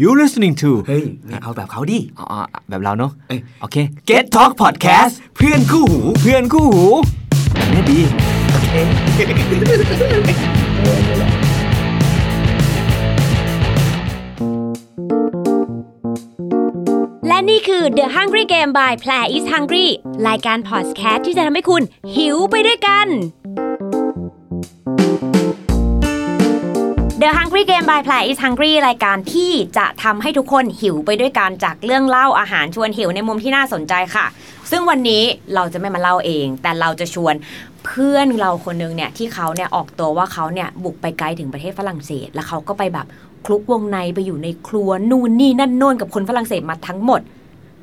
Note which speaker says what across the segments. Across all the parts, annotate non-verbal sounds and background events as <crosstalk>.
Speaker 1: you listening to
Speaker 2: เฮ้ยเนี่ยเอาแบบเขาดิ
Speaker 1: อ๋อแบบเราเนาะ
Speaker 2: เอ้ย
Speaker 1: โอเค Get Talk Podcast
Speaker 2: เพื่อนคู่หู
Speaker 1: เพื่อนคู่หูแบบนี้ดี
Speaker 3: และนี่คือ The Hungry Game by Play is Hungry รายการพอดแคสต์ที่จะทำให้คุณหิวไปด้วยกัน The Hungry Game by Play is Hungry รายการที่จะทำให้ทุกคนหิวไปด้วยกันจากเรื่องเล่าอาหารชวนหิวในมุมที่น่าสนใจค่ะ ซึ่งวันนี้เราจะไม่มาเล่าเอง แต่เราจะชวนเพื่อนเราคนนึงเนี่ยที่เขาเนี่ยออกตัวว่าเขาเนี่ยบุกไปไกลถึงประเทศฝรั่งเศส แล้วเขาก็ไปแบบคลุกวงในไปอยู่ในครัวนู่นนี่นั่นโน่นกับคนฝรั่งเศสมาทั้งหมด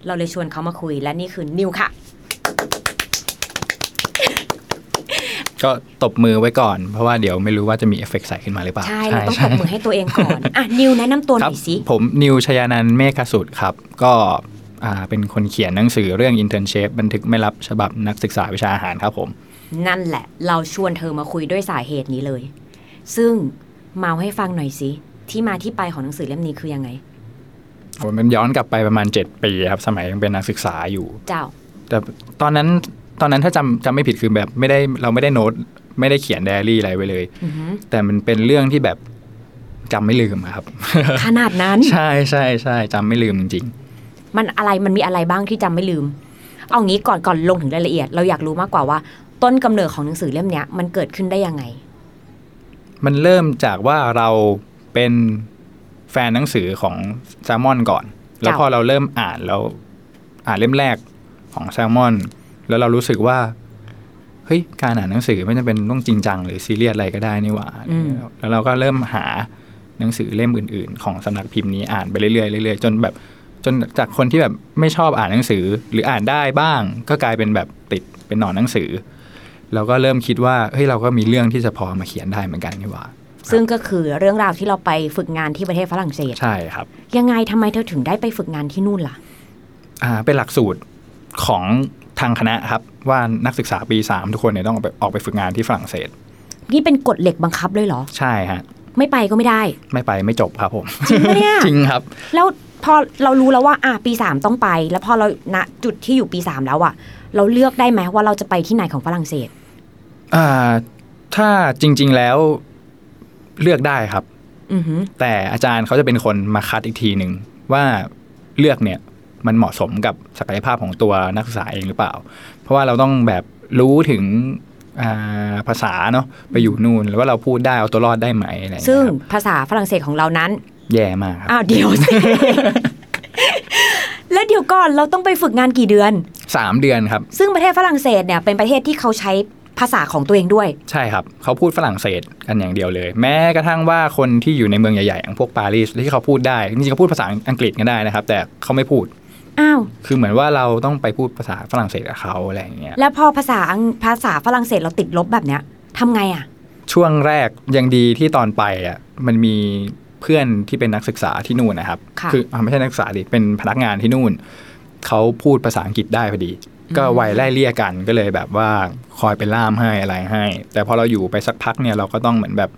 Speaker 3: เราเลยชวนเขามาคุยและนี่คือนิวค่ะ
Speaker 4: ก็ตบมือไว้ก่อน เพราะว่าเดี๋ยวไม่รู้ว่าจะมีเอฟเฟกต์ใส่ขึ้นมาหรือเปล่า
Speaker 3: ใช่เราต้องปรบมือให้ตัวเองก่อน
Speaker 4: <laughs>
Speaker 3: อ่ะ นิวแนะนำตัวห
Speaker 4: ครั
Speaker 3: น่อยสิ
Speaker 4: ผมนิวชยานันท์เมฆสุดครับ ก็อ่าเป็นคนเขียนหนังสือเรื่อง Internship บันทึกไม่รับฉบับนักศึกษาวิชาอาหารครับผม
Speaker 3: นั่นแหละ เราชวนเธอมาคุยด้วยสาเหตุนี้เลย ซึ่งเมาให้ฟังหน่อยสิที่มาที่ไปของหนังสือเล่มนี้คือยังไง
Speaker 4: ผมมันย้อนกลับไปประมาณ 7 ปีครับ สมัยยังเป็นนักศึกษาอยู่ <laughs>
Speaker 3: เจ้า
Speaker 4: แต่ตอนนั้นตอนนั้นถ้าจำจำไม่ผิดคือแบบไม่ได้เราไม่ได้โน้ตไม่ได้เขียนไดอารี่อะไรไว้เลย
Speaker 3: อือหือ
Speaker 4: แต่มันเป็นเรื่องที่แบบจำไม่ลืมอะครับ <laughs>
Speaker 3: ขนาดนั้น
Speaker 4: ใช่ใช่ใช่จำไม่ลืมจริง ๆ
Speaker 3: มันอะไรมันมีอะไรบ้างที่จำไม่ลืม เอางี้ก่อนก่อนลงถึงรายละเอียด เราอยากรู้มากกว่าว่า ต้นกำเนิดของหนังสือเล่มเนี้ยมันเกิดขึ้นได้ยังไง
Speaker 4: มันเริ่มจากว่าเราเป็นแฟนหนังสือของแซลมอนก่อน แล้วพอเราเริ่มอ่านแล้วอ่านเล่มแรกของแซลมอน แล้วเรารู้สึกว่า เฮ้ย การอ่านหนังสือไม่จำเป็นต้องจริงจัง หรือซีเรียสอะไรก็ได้นี่หว่า
Speaker 3: อืม
Speaker 4: แล้วเราก็เริ่มหาหนังสือเล่มอื่น ๆ ของสำนักพิมพ์นี้อ่านไปเรื่อยๆเรื่อยๆจนแบบ จนจากคนที่แบบไม่ชอบอ่านหนังสือหรืออ่านได้บ้าง ก็กลายเป็นแบบติดเป็นหนอนหนังสือ เราก็เริ่มคิดว่าเฮ้ยเราก็มีเรื่องที่จะพอมาเขียนได้เหมือนกันนี่หว่า
Speaker 3: ซึ่งก็คือเรื่องราวที่เราไปฝึกงานที่ประเทศฝรั่งเศส
Speaker 4: ใช่ครับ
Speaker 3: ยังไงทำไมเธอถึงได้ไปฝึกงานที่นู่นล่ะ
Speaker 4: อ่าเป็นหลักสูตรของทางคณะครับ ว่านักศึกษาปี 3 ทุกคนเนี่ยต้องออกไปออกไปฝึกงานที่ฝรั่งเศส
Speaker 3: นี่เป็นกฎเหล็กบังคับเลยเหรอ
Speaker 4: ใช่ฮะ
Speaker 3: ไม่ไปก็ไม่
Speaker 4: <laughs>
Speaker 3: ได้
Speaker 4: ไม่ไปไม่จบครับผม
Speaker 3: จริงปะเนี่ย
Speaker 4: <laughs> จริงครับ
Speaker 3: แล้วพอเรารู้แล้วว่าอ่ะปีสามต้องไป แล้วพอเราณจุดที่อยู่ปีสามแล้วอะเราเลือกได้ไหมว่าเราจะไปที่ไหนของฝรั่งเศส
Speaker 4: อ่าถ้าจริง ๆแล้วเลือกได้ครับ
Speaker 3: อือหือ
Speaker 4: แต่อาจารย์เขาจะเป็นคนมาคัดอีกทีหนึ่งว่าเลือกเนี่ยมันเหมาะสมกับศักยภาพของตัวนักศึกษาเองหรือเปล่า เพราะว่าเราต้องแบบรู้ถึงอ่าภาษาเนาะไปอยู่นู่นแล้วว่าเราพูดได้เอาตัวรอดได้ไหมอะไรอย่างเงี้ย
Speaker 3: ซึ่ง
Speaker 4: ครับ
Speaker 3: ภาษาฝรั่งเศสของเรานั้น
Speaker 4: แย่มากครับ
Speaker 3: อ้าวเดี๋ยวสิ <laughs> แล้วเดี๋ยวก่อนเราต้องไปฝึกงานกี่เดือน
Speaker 4: สามเดือนครับ
Speaker 3: ซึ่งประเทศฝรั่งเศสเนี่ยเป็นประเทศที่เขาใช้ภาษาของตัวเองด้วย
Speaker 4: ใช่ครับ เขาพูดฝรั่งเศสกันอย่างเดียวเลย แม้กระทั่งว่าคนที่อยู่ในเมืองใหญ่ๆอย่างพวกปารีสที่เขาพูดได้จริงๆเขาพูดภาษาอังกฤษก็ได้นะครับ แต่เขาไม่พูด
Speaker 3: อ้าว
Speaker 4: คือเหมือนว่าเราต้องไปพูดภาษาฝรั่งเศสกับเขาอะไรอย่างเงี้ย
Speaker 3: แล้วพอภาษาอังภาษาฝรั่งเศสเราติดลบแบบเนี้ยทำไงอะ
Speaker 4: ช่วงแรกยังดีที่ตอนไปอ่ะมันมีเพื่อนที่เป็นนักศึกษาที่นู่นนะครับ
Speaker 3: ค่ะ
Speaker 4: ออะไม่ใช่นักศึกษาดิเป็นพนักงานที่นู่นเขาพูดภาษาอังกฤษได้พอดี ก็ไวยไล่เลี่ยกันก็เลยแบบว่าคอยเป็นล่ามให้อะไรให้ แต่พอเราอยู่ไปสักพักเนี่ยเราก็ต้องเหมือนแบบ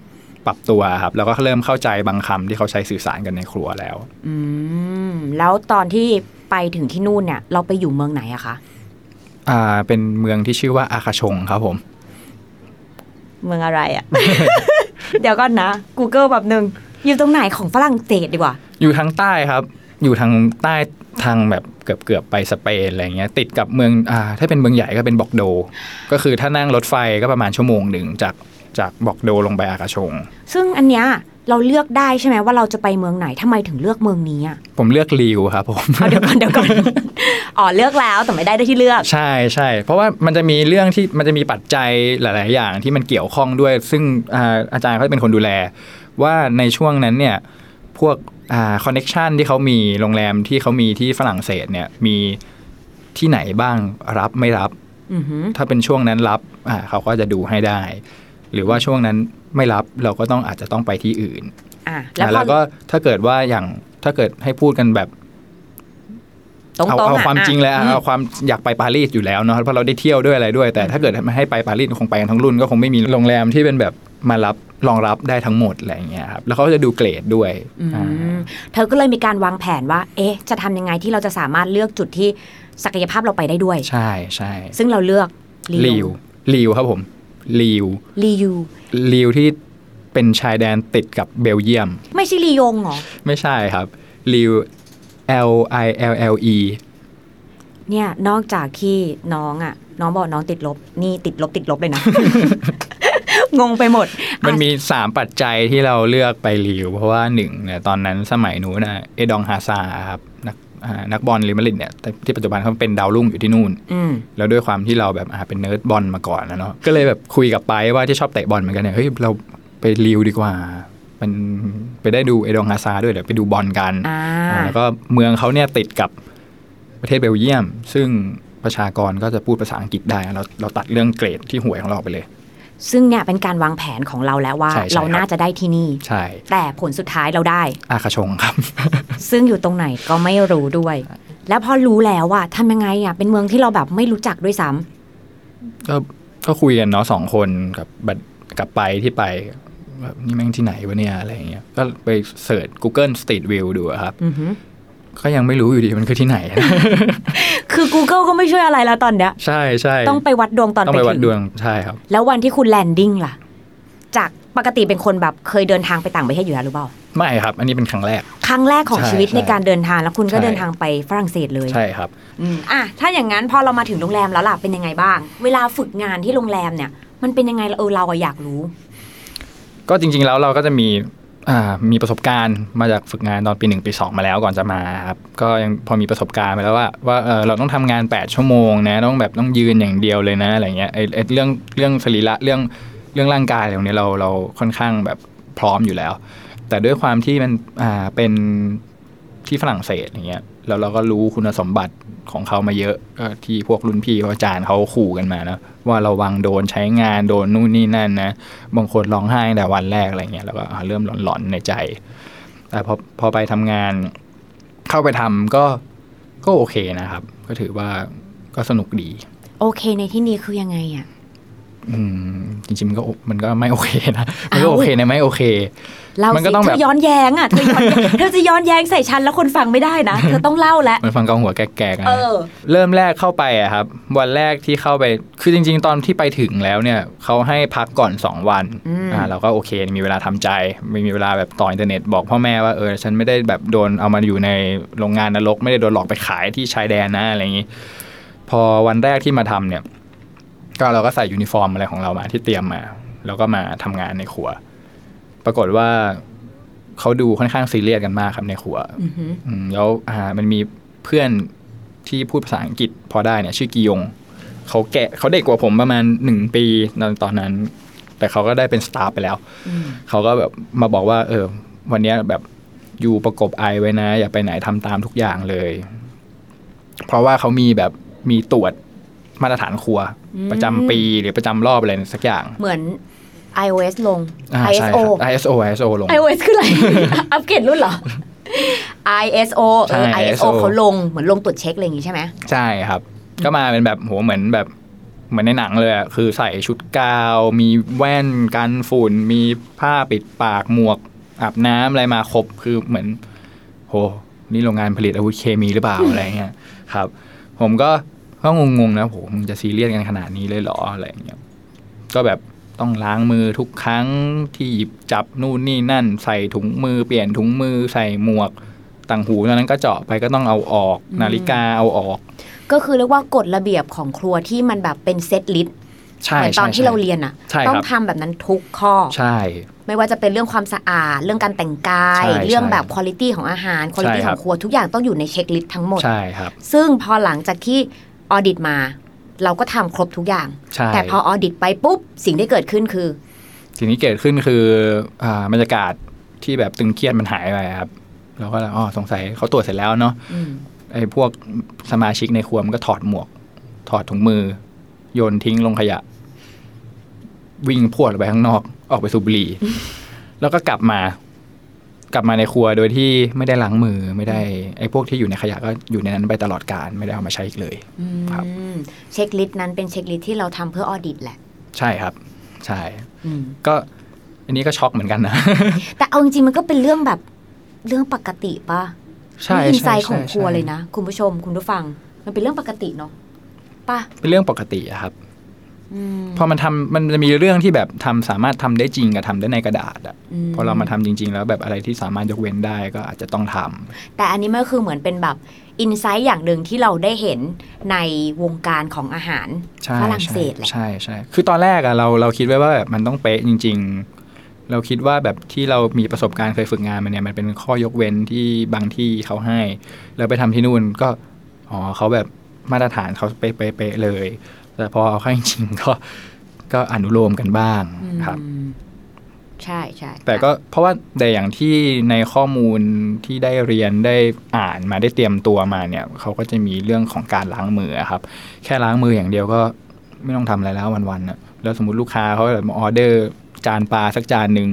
Speaker 4: ปรับตัวครับแล้วก็เริ่มเข้าใจบางคำที่เขาใช้สื่อสารกันในครัวแล้ว
Speaker 3: อืม แล้วตอนที่ไปถึงที่นู่นเนี่ย เราไปอยู่เมืองไหนอะคะ
Speaker 4: อ่าเป็นเมืองที่ชื่อว่าอาคาชงครับผม
Speaker 3: เมืองอะไรอะ <laughs> เดี๋ยวก่อนนะ Google แบบหนึ่งอยู่ตรงไหนของฝรั่งเศสดีกว่า
Speaker 4: อยู่ทางใต้ครับ อยู่ทางใต้ทางแบบเกือบเกือบไปสเปนอะไรเงี้ย ติดกับเมืองอ่าถ้าเป็นเมืองใหญ่ก็เป็นบอกโด ก็คือถ้านั่งรถไฟก็ประมาณชั่วโมงหนึ่งจากจากบอกโดลงไปอากาชง
Speaker 3: ซึ่งอันเนี้ยเราเลือกได้ใช่ไหมว่าเราจะไปเมืองไหนทำไมถึงเลือกเมืองนี้อะ
Speaker 4: ผมเลือกลิวครับผม
Speaker 3: เอาเดี๋ยวก่อนเดี๋ยวก่อน <laughs> อ๋อเลือกแล้วแต่ไม่ได้ได้ที่เลือก
Speaker 4: <laughs> ใช่ใช่เพราะว่ามันจะมีเรื่องที่มันจะมีปัจจัยหลาย ๆ อย่างที่มันเกี่ยวข้องด้วย ซึ่งอาอาจารย์เขาจะเป็นคนดูแล ว่าในช่วงนั้นเนี่ยพวกคอนเน็ชันที่เขามีโรงแรมที่เขามีที่ฝรั่งเศสเนี่ยมีที่ไหนบ้างรับไม่รับ
Speaker 3: อือหือ
Speaker 4: ถ้าเป็นช่วงนั้นรับอ่าเขาก็จะดูให้ได้ หรือว่าช่วงนั้นไม่รับเราก็ต้องอาจจะต้องไปที่อื่น
Speaker 3: อ่ะพ
Speaker 4: อ่า
Speaker 3: อ
Speaker 4: แล้วก็ถ้าเกิดว่าอย่างถ้าเกิดให้พูดกันแบบ
Speaker 3: ตรง
Speaker 4: เอาเอา
Speaker 3: ๆะ
Speaker 4: ความจริงเลยอ่ะ
Speaker 3: อืม
Speaker 4: เอาความอยากไปปารีสอยู่แล้วเนาะเพราะเราได้เที่ยวด้วยอะไรด้วย แต่ถ้าเกิดให้ไปปารีสคงไปกันทั้งรุ่นก็คงไม่มีโรงแรมที่เป็นแบบมารับ รองรับได้ทั้งหมดอะไรอย่างเงี้ยครับแล้วเขาก็จะดูเกรดด้วย
Speaker 3: อื
Speaker 4: อ่า
Speaker 3: มเธอก็เลยมีการวางแผนว่า เอ๊ะ จะทำยังไงที่เราจะสามารถเลือกจุดที่ศักยภาพเราไปได้ด้วย
Speaker 4: ใช่ใช่
Speaker 3: ซึ่งเราเลือก
Speaker 4: ลิวลิวครับผมลิว
Speaker 3: ลียู
Speaker 4: ลิวที่เป็นชายแดนติดกับเบลเยียม
Speaker 3: ไม่ใช่ลียงเหรอ
Speaker 4: ไม่ใช่ครับลิว L I L L E
Speaker 3: เนี่ยนอกจากที่น้องอ่ะ น้องบอกน้องติดลบ นี่ติดลบติดลบเลยนะ
Speaker 4: <laughs>
Speaker 3: งงไปหมด
Speaker 4: มัน
Speaker 3: อ่ะ
Speaker 4: มี 3 ปัจจัยที่เราเลือกไปลิว เพราะว่าหนึ่งเนี่ยตอนนั้นสมัยนู้นนะเอดองฮาซาร์ครับนักอ่านักบอลลิมาริดเนี่ยแต่ที่ปัจจุบันเขาเป็นดาวรุ่งอยู่ที่นู่น
Speaker 3: อืม
Speaker 4: แล้วด้วยความที่เราแบบอ่าเป็นเนิร์ดบอลมาก่อนนะเนาะก็เลยแบบคุยกับไปว่าที่ชอบเตะบอลเหมือนกันเนี่ยเฮ้ยเราไปลิวดีกว่า มันไปได้ดูเอดองฮาซาร์ด้วยเดี๋ยวไปดูบอลกัน
Speaker 3: อ่า
Speaker 4: อ่าแล้วก็เมืองเขาเนี่ยติดกับประเทศเบลเยียม ซึ่งประชากรก็จะพูดภาษาอังกฤษได้ เราเราตัดเรื่องเกรดที่ห่วยของเราไปเลย
Speaker 3: ซึ่งเนี่ยเป็นการวางแผนของเราแล้วว่า
Speaker 4: ใช่ใช่
Speaker 3: เรา
Speaker 4: ครับ
Speaker 3: น่าจะได้ที่นี่
Speaker 4: ใช่
Speaker 3: แต่ผลสุดท้ายเรา
Speaker 4: <laughs>
Speaker 3: ได้
Speaker 4: อาคาชงครับ
Speaker 3: ซึ่งอยู่ตรงไหนก็ไม่รู้ด้วย แล้วพอรู้แล้วว่าทำยังไงอ่ะเป็นเมืองที่เราแบบไม่รู้จักด้วยซ้ำ
Speaker 4: ก็ก็คุยกันเนาะสองคนกับบัดกับไปที่ไปแบบนี่แม่งที่ไหนวะเนี่ยอะไรอย่างเงี้ยก็ไปเสิร์ช Google Street View ดูอะครับ
Speaker 3: อือหือ
Speaker 4: ก็ยังไม่รู้อยู่ดีมันคือที่ไหน
Speaker 3: คือ Google ก็ไม่ช่วยอะไรแล้วตอนเนี้ย
Speaker 4: <laughs> ใช่ใช่
Speaker 3: ต้องไปวัดดวงตอน
Speaker 4: ต้อง
Speaker 3: ไป
Speaker 4: ไปวัด
Speaker 3: ถึง
Speaker 4: ดวงใช่ครับ
Speaker 3: แล้ววันที่คุณแลนดิ้งล่ะ จากปกติเป็นคนแบบเคยเดินทางไปต่างประเทศอยู่แล้วหรือเปล่า
Speaker 4: ไม่ครับ อันนี้เป็นครั้งแรก
Speaker 3: ครั้งแรกของ
Speaker 4: ใช่
Speaker 3: ชีวิต
Speaker 4: ใช่
Speaker 3: ในการเดินทางแล้วคุณก็
Speaker 4: ใช่
Speaker 3: เดินทางไปฝรั่งเศสเลย
Speaker 4: ใช่ครับ
Speaker 3: อืมอ่ะถ้าอย่างนั้นพอเรามาถึงโรงแรมแล้วล่ะเป็นยังไงบ้าง เวลาฝึกงานที่โรงแรมเนี่ย มันเป็นยังไงเออเราอะอยากรู้
Speaker 4: ก็จริง ๆ แล้วเราก็จะมีอ่ามีประสบการณ์มาจากฝึกงานตอนปีหนึ่งปีสองมาแล้วก่อนจะมาครับก็ยังพอมีประสบการณ์มาแล้วว่าว่าเออเราต้องทำงาน 8 ชั่วโมงนะต้องแบบต้องยืนอย่างเดียวเลยนะอะไรเงี้ยไอ้ไอ้เรื่องเรื่องสรีระเรื่องเรื่องร่างกายอะไรพวกเนี้ยเราเราค่อนข้างแบบพร้อมอยู่แล้ว แต่ด้วยความที่มันอ่าเป็นที่ฝรั่งเศสอย่างเงี้ยแล้วเราก็รู้คุณสมบัติของเขามาเยอะก็ที่พวกรุ่นพี่พวกอาจารย์เขาขู่กันมานะว่าระวังโดนใช้งานโดนนู่นนี่นั่นนะ บางคนร้องไห้ตั้งแต่วันแรกอะไรเงี้ยแล้วก็อ่าเริ่มหลอนๆในใจ แต่พอพอไปทำงานเข้าไปทำก็ก็โอเคนะครับ ก็ถือว่าก็สนุกดี
Speaker 3: โอเคในที่นี้คือยังไงอะ
Speaker 4: อืมจริงๆมันก็มันก็ไม่โอเคนะมันก็
Speaker 3: อ้าว
Speaker 4: โอเคนะไม่โอเค
Speaker 3: เรา
Speaker 4: มันก็
Speaker 3: สิ
Speaker 4: ต้อง
Speaker 3: เธ
Speaker 4: แบบ
Speaker 3: อย้อนแย้งอะเธอย้อนแย้ง
Speaker 4: <laughs>
Speaker 3: เธอจะย้อนแย้งใส่ฉันแล้วคนฟังไม่ได้นะ เธอต้องเล่าแล้ว
Speaker 4: มันฟังกองหัวแก่ๆกัน
Speaker 3: เอ
Speaker 4: นะ
Speaker 3: อ
Speaker 4: เริ่มแรกเข้าไปอะครับ วันแรกที่เข้าไปคือจริง ๆ ตอนที่ไปถึงแล้วเนี่ยเขาให้พักก่อน 2 วัน
Speaker 3: อืม
Speaker 4: เราก็โอเค มีเวลาทำใจ ไม่มีเวลาแบบต่ออินเทอร์เน็ตบอกพ่อแม่ว่าเออฉันไม่ได้แบบโดนเอามาอยู่ในโรงงานนรก ไม่ได้โดนหลอกไปขายที่ชายแดนนะอะไรอย่างนี้ พอวันแรกที่มาทำเนี่ย ก็เราก็ใส่ยูนิฟอร์มอะไรของเรามาที่เตรียมมา แล้วก็มาทำงานในครัว ปรากฏว่าเขาดูค่อนข้างซีเรียสกันมากครับในครัว
Speaker 3: อือหือ
Speaker 4: อืมแล้วอ่ามันมีเพื่อนที่พูดภาษาอังกฤษพอได้เนี่ยชื่อกียงเขาแก่เขาเด็กกว่าผมประมาณหนึ่งปีตอนตอนนั้น แต่เขาก็ได้เป็นสตาฟไปแล้ว เขาก็แบบมาบอกว่า เออ วันเนี้ยแบบอยู่ประกบไอไว้นะ อย่าไปไหนทำตามทุกอย่างเลย เพราะว่าเขามีแบบมีตรวจมาตรฐานครัว ประจำปีหรือประจำรอบอะไรสักอย่าง
Speaker 3: เหมือน iOS ลง
Speaker 4: อ่าใช่
Speaker 3: ISO
Speaker 4: ครับ ISO ISO ลง
Speaker 3: iOS คือ
Speaker 4: <laughs>
Speaker 3: อะไร <laughs> อัปเกรดรุ่นเหรอ ISO เออ
Speaker 4: ใช่
Speaker 3: ISO
Speaker 4: ISO
Speaker 3: เขาลงเหมือนลงตรวจเช็คอะไรอย่างงี้ใช่ไหม
Speaker 4: ใช่ครับ ก็มาเป็นแบบโหเหมือนแบบเหมือนในหนังเลยอะคือใส่ชุดกาว มีแว่นกันฝุ่น มีผ้าปิดปากหมวกอาบน้ำอะไรมาครบคือเหมือน โห นี่โรงงานผลิตอาวุธเคมีหรือเปล่า อะไรเงี้ยครับ ผมก็ก็งงๆนะโหมึงจะซีเรียสกันขนาดนี้เลยเหรออะไรเงี้ยก็แบบต้องล้างมือทุกครั้งที่หยิบจับนู่นนี่นั่น ใส่ถุงมือเปลี่ยนถุงมือใส่หมวกต่างหูตอนนั้นก็เจาะไปก็ต้องเอาออกนาฬิกาเอาออก
Speaker 3: ก็คือเรียกว่ากฎระเบียบของครัวที่มันแบบเป็นเซตลิสต์
Speaker 4: ใช่
Speaker 3: เหมือนตอน
Speaker 4: ใช่
Speaker 3: ที่เรา
Speaker 4: ใช่
Speaker 3: เรียนอะ
Speaker 4: ใช่ครับ
Speaker 3: ต้องทำแบบนั้นทุกข้อ
Speaker 4: ใช่
Speaker 3: ไม่ว่าจะเป็นเรื่องความสะอาด เรื่องการแต่งกาย
Speaker 4: ใช่
Speaker 3: เรื่องแบบ
Speaker 4: ใช่
Speaker 3: คุณ i t y ของอาหารคุณ i t y
Speaker 4: ใช่
Speaker 3: ข
Speaker 4: ครั
Speaker 3: อบ งครัวทุกอย่างต้องอยู่ในเช็คลิสต์ทั้งหมด
Speaker 4: ใช่ครับ
Speaker 3: ซึ่งพอหลังจากที่ออดิตมา เราก็ทำครบทุกอย่าง
Speaker 4: ใช่
Speaker 3: แต่พอออดิตไปปุ๊บสิ่งที่เกิดขึ้นคือ
Speaker 4: สิ่งที่เกิดขึ้นคืออ่าบรรยากาศที่แบบตึงเครียดมันหายไปครับเราก็เลยอ๋อสงสัยเขาตรวจเสร็จแล้วเนาะ
Speaker 3: อืม
Speaker 4: ไอ้พวกสมาชิกในครัวมันก็ถอดหมวก ถอดถุงมือ โยนทิ้งลงขยะ วิ่งพรวดออกไปข้างนอก ออกไปสูบบุหรี่ แล้วก็กลับมา กลับมาในครัวโดยที่ไม่ได้ล้างมือไม่ได้ ไอ้พวกที่อยู่ในขยะก็อยู่ในนั้นไปตลอดการไม่ได้เอามาใช้อีกเลย ครับ
Speaker 3: อืมเช็คลิสต์นั้นเป็นเช็คลิสต์ที่เราทำเพื่อออดิตแหละ
Speaker 4: ใช่ครับ ใช่
Speaker 3: อืม
Speaker 4: ก็จ อันนี้ก็ช็อกเหมือนกันนะ
Speaker 3: แต่เอาจริงๆมันก็เป็นเรื่องแบบเรื่องปกติปะ
Speaker 4: ใช่
Speaker 3: <laughs> นี่อินไซ
Speaker 4: ใช่
Speaker 3: ต์ของ
Speaker 4: ใช่
Speaker 3: ครัวเลย
Speaker 4: ใช่
Speaker 3: นะ คุณผู้ชมคุณผู้ฟัง มันเป็นเรื่องปกติเนาะปะ
Speaker 4: เป็นเรื่องปกติอะครับ
Speaker 3: อืม
Speaker 4: พอมันทำมันจะมีเรื่องที่แบบทำสามารถทำได้จริงกับทำได้ในกระดาษอะพอเรามาทำจริง ๆ แล้วแบบอะไรที่สามารถยกเว้นได้ก็อาจจะต้องทำ
Speaker 3: แต่อันนี้มันก็คือเหมือนเป็นแบบอินไซต์อย่างหนึ่งที่เราได้เห็นในวงการของอาหาร
Speaker 4: ใช่
Speaker 3: ฝรั่งเศสแหละ
Speaker 4: ใช่ใช่ คือตอนแรกอะเราเราคิดไว้ว่าแบบมันต้องเป๊ะจริง ๆ เราคิดว่าแบบที่เรามีประสบการณ์เคยฝึกงานมันเนี่ยมันเป็นข้อยกเว้นที่บางที่เขาให้ แล้วไปทำที่นู่นก็อ๋อเขาแบบมาตรฐานเขาเป๊ะเป๊ะๆเลย แต่พอเอาเข้าจริงๆก็ก็อนุโลมกันบ้าง
Speaker 3: อืม
Speaker 4: ครับ
Speaker 3: ใช่ใช่
Speaker 4: แต่ก็เพราะว่าแต่อย่างที่ในข้อมูลที่ได้เรียนได้อ่านมาได้เตรียมตัวมาเนี่ยเขาก็จะมีเรื่องของการล้างมืออะครับ แค่ล้างมืออย่างเดียวก็ไม่ต้องทำอะไรแล้ววันๆนะแล้วสมมติลูกค้าเขาแบบมาออเดอร์จานปลาสักจานหนึ่ง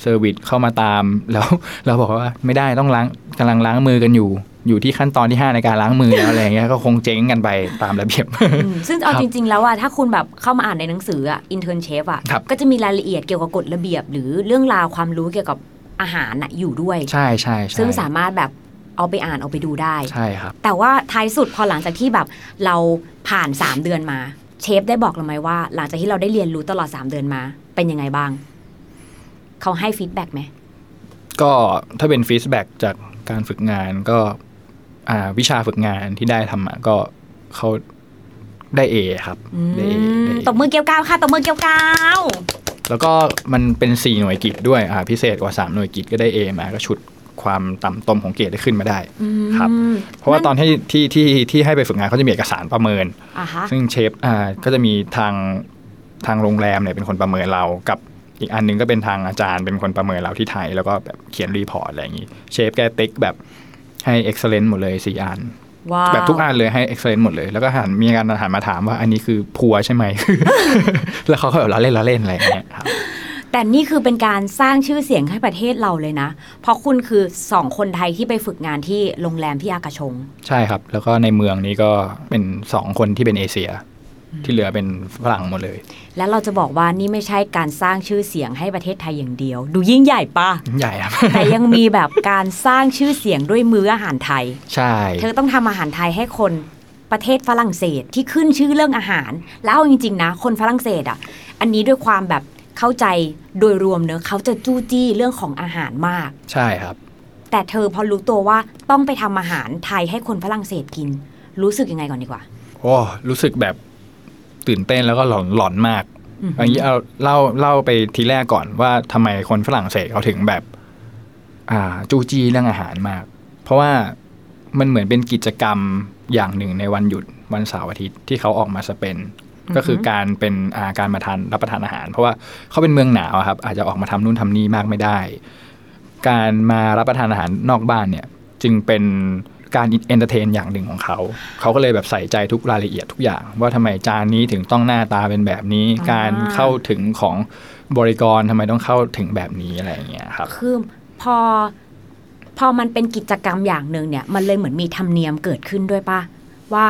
Speaker 4: เซอร์วิสเข้ามาตาม แล้วเราบอกว่าไม่ได้ต้องล้างกำลังล้างมือกันอยู่ อยู่ที่ขั้นตอนที่ 5 ในการล้างมือแล้วอะไรอย่างเงี้ยก็คงเจ๊งกันไปตามระเบียบ <laughs>
Speaker 3: อืมซึ่งเอา
Speaker 4: ครับ
Speaker 3: จริง ๆ แล้วอะถ้าคุณแบบเข้ามาอ่านในหนังสืออะอินเทอร์เชฟอะ
Speaker 4: ครับ
Speaker 3: ก็จะมีรายละเอียดเกี่ยวกับกฎระเบียบ หรือเรื่องราวความรู้เกี่ยวกับอาหารอะอยู่ด้วย
Speaker 4: ใช่ใช่ใช่
Speaker 3: ซึ่งสามารถแบบเอาไปอ่านเอาไปดูได้
Speaker 4: ใช่ครับ
Speaker 3: แต่ว่าท้ายสุดพอหลังจากที่แบบเราผ่าน 3 เดือนมา เชฟได้บอกเราไหมว่า หลังจากที่เราได้เรียนรู้ตลอด 3 เดือนมา เป็นยังไงบ้าง เขาให้ฟีดแบ็กไหม
Speaker 4: ก็ถ้าเป็นฟีดแบ็กจากการฝึกงานก็อ่าวิชาฝึกงานที่ได้ทำอะก็เขาได้ A ครับได้ A ได้ A
Speaker 3: ตบมือเกี้ยวก้าวค่ะ ตบมือเกี้ยวก้าว
Speaker 4: แล้วก็มันเป็น 4 หน่วยกิจด้วยอ่าพิเศษกว่า 3 หน่วยกิจก็ได้ A มาก็ชุดความต่ำตมของเกรดได้ขึ้นมาได้ ครับ
Speaker 3: อืม
Speaker 4: เพราะว่าตอนที่ที่ที่ที่ให้ไปฝึกงานเขาจะมีเอกสารประเมิน
Speaker 3: อ่ะฮะ
Speaker 4: ซึ่งเชฟอ่าก็จะมีทางทางโรงแรมเนี่ยเป็นคนประเมินเรากับอีกอันหนึงก็เป็นทางอาจารย์เป็นคนประเมินเราที่ไทย แล้วก็แบบเขียนรีพอร์ตอะไรอย่างนี้ เชฟแกติ๊กแบบให้ excellent หมดเลยสี่อัน
Speaker 3: ว้าว
Speaker 4: แบบทุกอันเลยให้ excellent หมดเลย แล้วก็หันมีการหันมาถามว่าอันนี้คือพัวใช่ไหม <laughs> แล้วเขาก็แบบล้อเล่นล้อเล่นอะไรอย่างเงี้ยครับ
Speaker 3: แต่นี่คือเป็นการสร้างชื่อเสียงให้ประเทศเราเลยนะ เพราะคุณคือ 2 คนไทยที่ไปฝึกงานที่โรงแรมที่อากาชง
Speaker 4: ใช่ครับ แล้วก็ในเมืองนี้ก็เป็นสองคนที่เป็นเอเชีย ที่เหลือเป็นฝรั่งหมดเลย
Speaker 3: และเราจะบอกว่านี่ไม่ใช่การสร้างชื่อเสียงให้ประเทศไทยอย่างเดียว ดูยิ่งใหญ่ปะ
Speaker 4: ใหญ่ครับ
Speaker 3: แต่ยังมีแบบการสร้างชื่อเสียงด้วยมื้ออาหารไทย
Speaker 4: ใช่
Speaker 3: เธอต้องทำอาหารไทยให้คนประเทศฝรั่งเศสที่ขึ้นชื่อเรื่องอาหาร แล้วเอาจริงๆนะ คนฝรั่งเศสอ่ะ อันนี้ด้วยความแบบเข้าใจโดยรวมเนอะเขาจะจู้จี้เรื่องของอาหารมาก
Speaker 4: ใช่ครับ
Speaker 3: แต่เธอพอรู้ตัวว่าต้องไปทำอาหารไทยให้คนฝรั่งเศสกิน รู้สึกยังไงก่อนดีกว่า
Speaker 4: โอ้รู้สึกแบบตื่นเต้นแล้วก็หลอนหลอนมาก
Speaker 3: อือหืออั
Speaker 4: อันนี้เอาเล่าเล่าไปทีแรกก่อนว่าทำไมคนฝรั่งเศสเขาถึงแบบ อ่าจู้จี้เรื่องอาหารมาก เพราะว่ามันเหมือนเป็นกิจกรรมอย่างหนึ่งในวันหยุดวันเสาร์อาทิตย์ที่เขาออกมาสเปน ก็คือการเป็นอาการมาทานรับประทานอาหาร เพราะว่าเขาเป็นเมืองหนาวอะครับ อาจจะออกมาทำนู่นทำนี่มากไม่ได้ การมารับประทานอาหารนอกบ้านเนี่ย จึงเป็นการเอนเตอร์เทนอย่างหนึ่งของเขา เขาก็เลยแบบใส่ใจทุกรายละเอียดทุกอย่าง ว่าทำไมจานนี้ถึงต้องหน้าตาเป็นแบบนี้
Speaker 3: อ่า
Speaker 4: การเข้าถึงของบริกรทำไมต้องเข้าถึงแบบนี้อะไรอย่างเงี้ยครับ
Speaker 3: คือพอพอมันเป็นกิจกรรมอย่างหนึ่งเนี่ย มันเลยเหมือนมีธรรมเนียมเกิดขึ้นด้วยป่ะ ว่า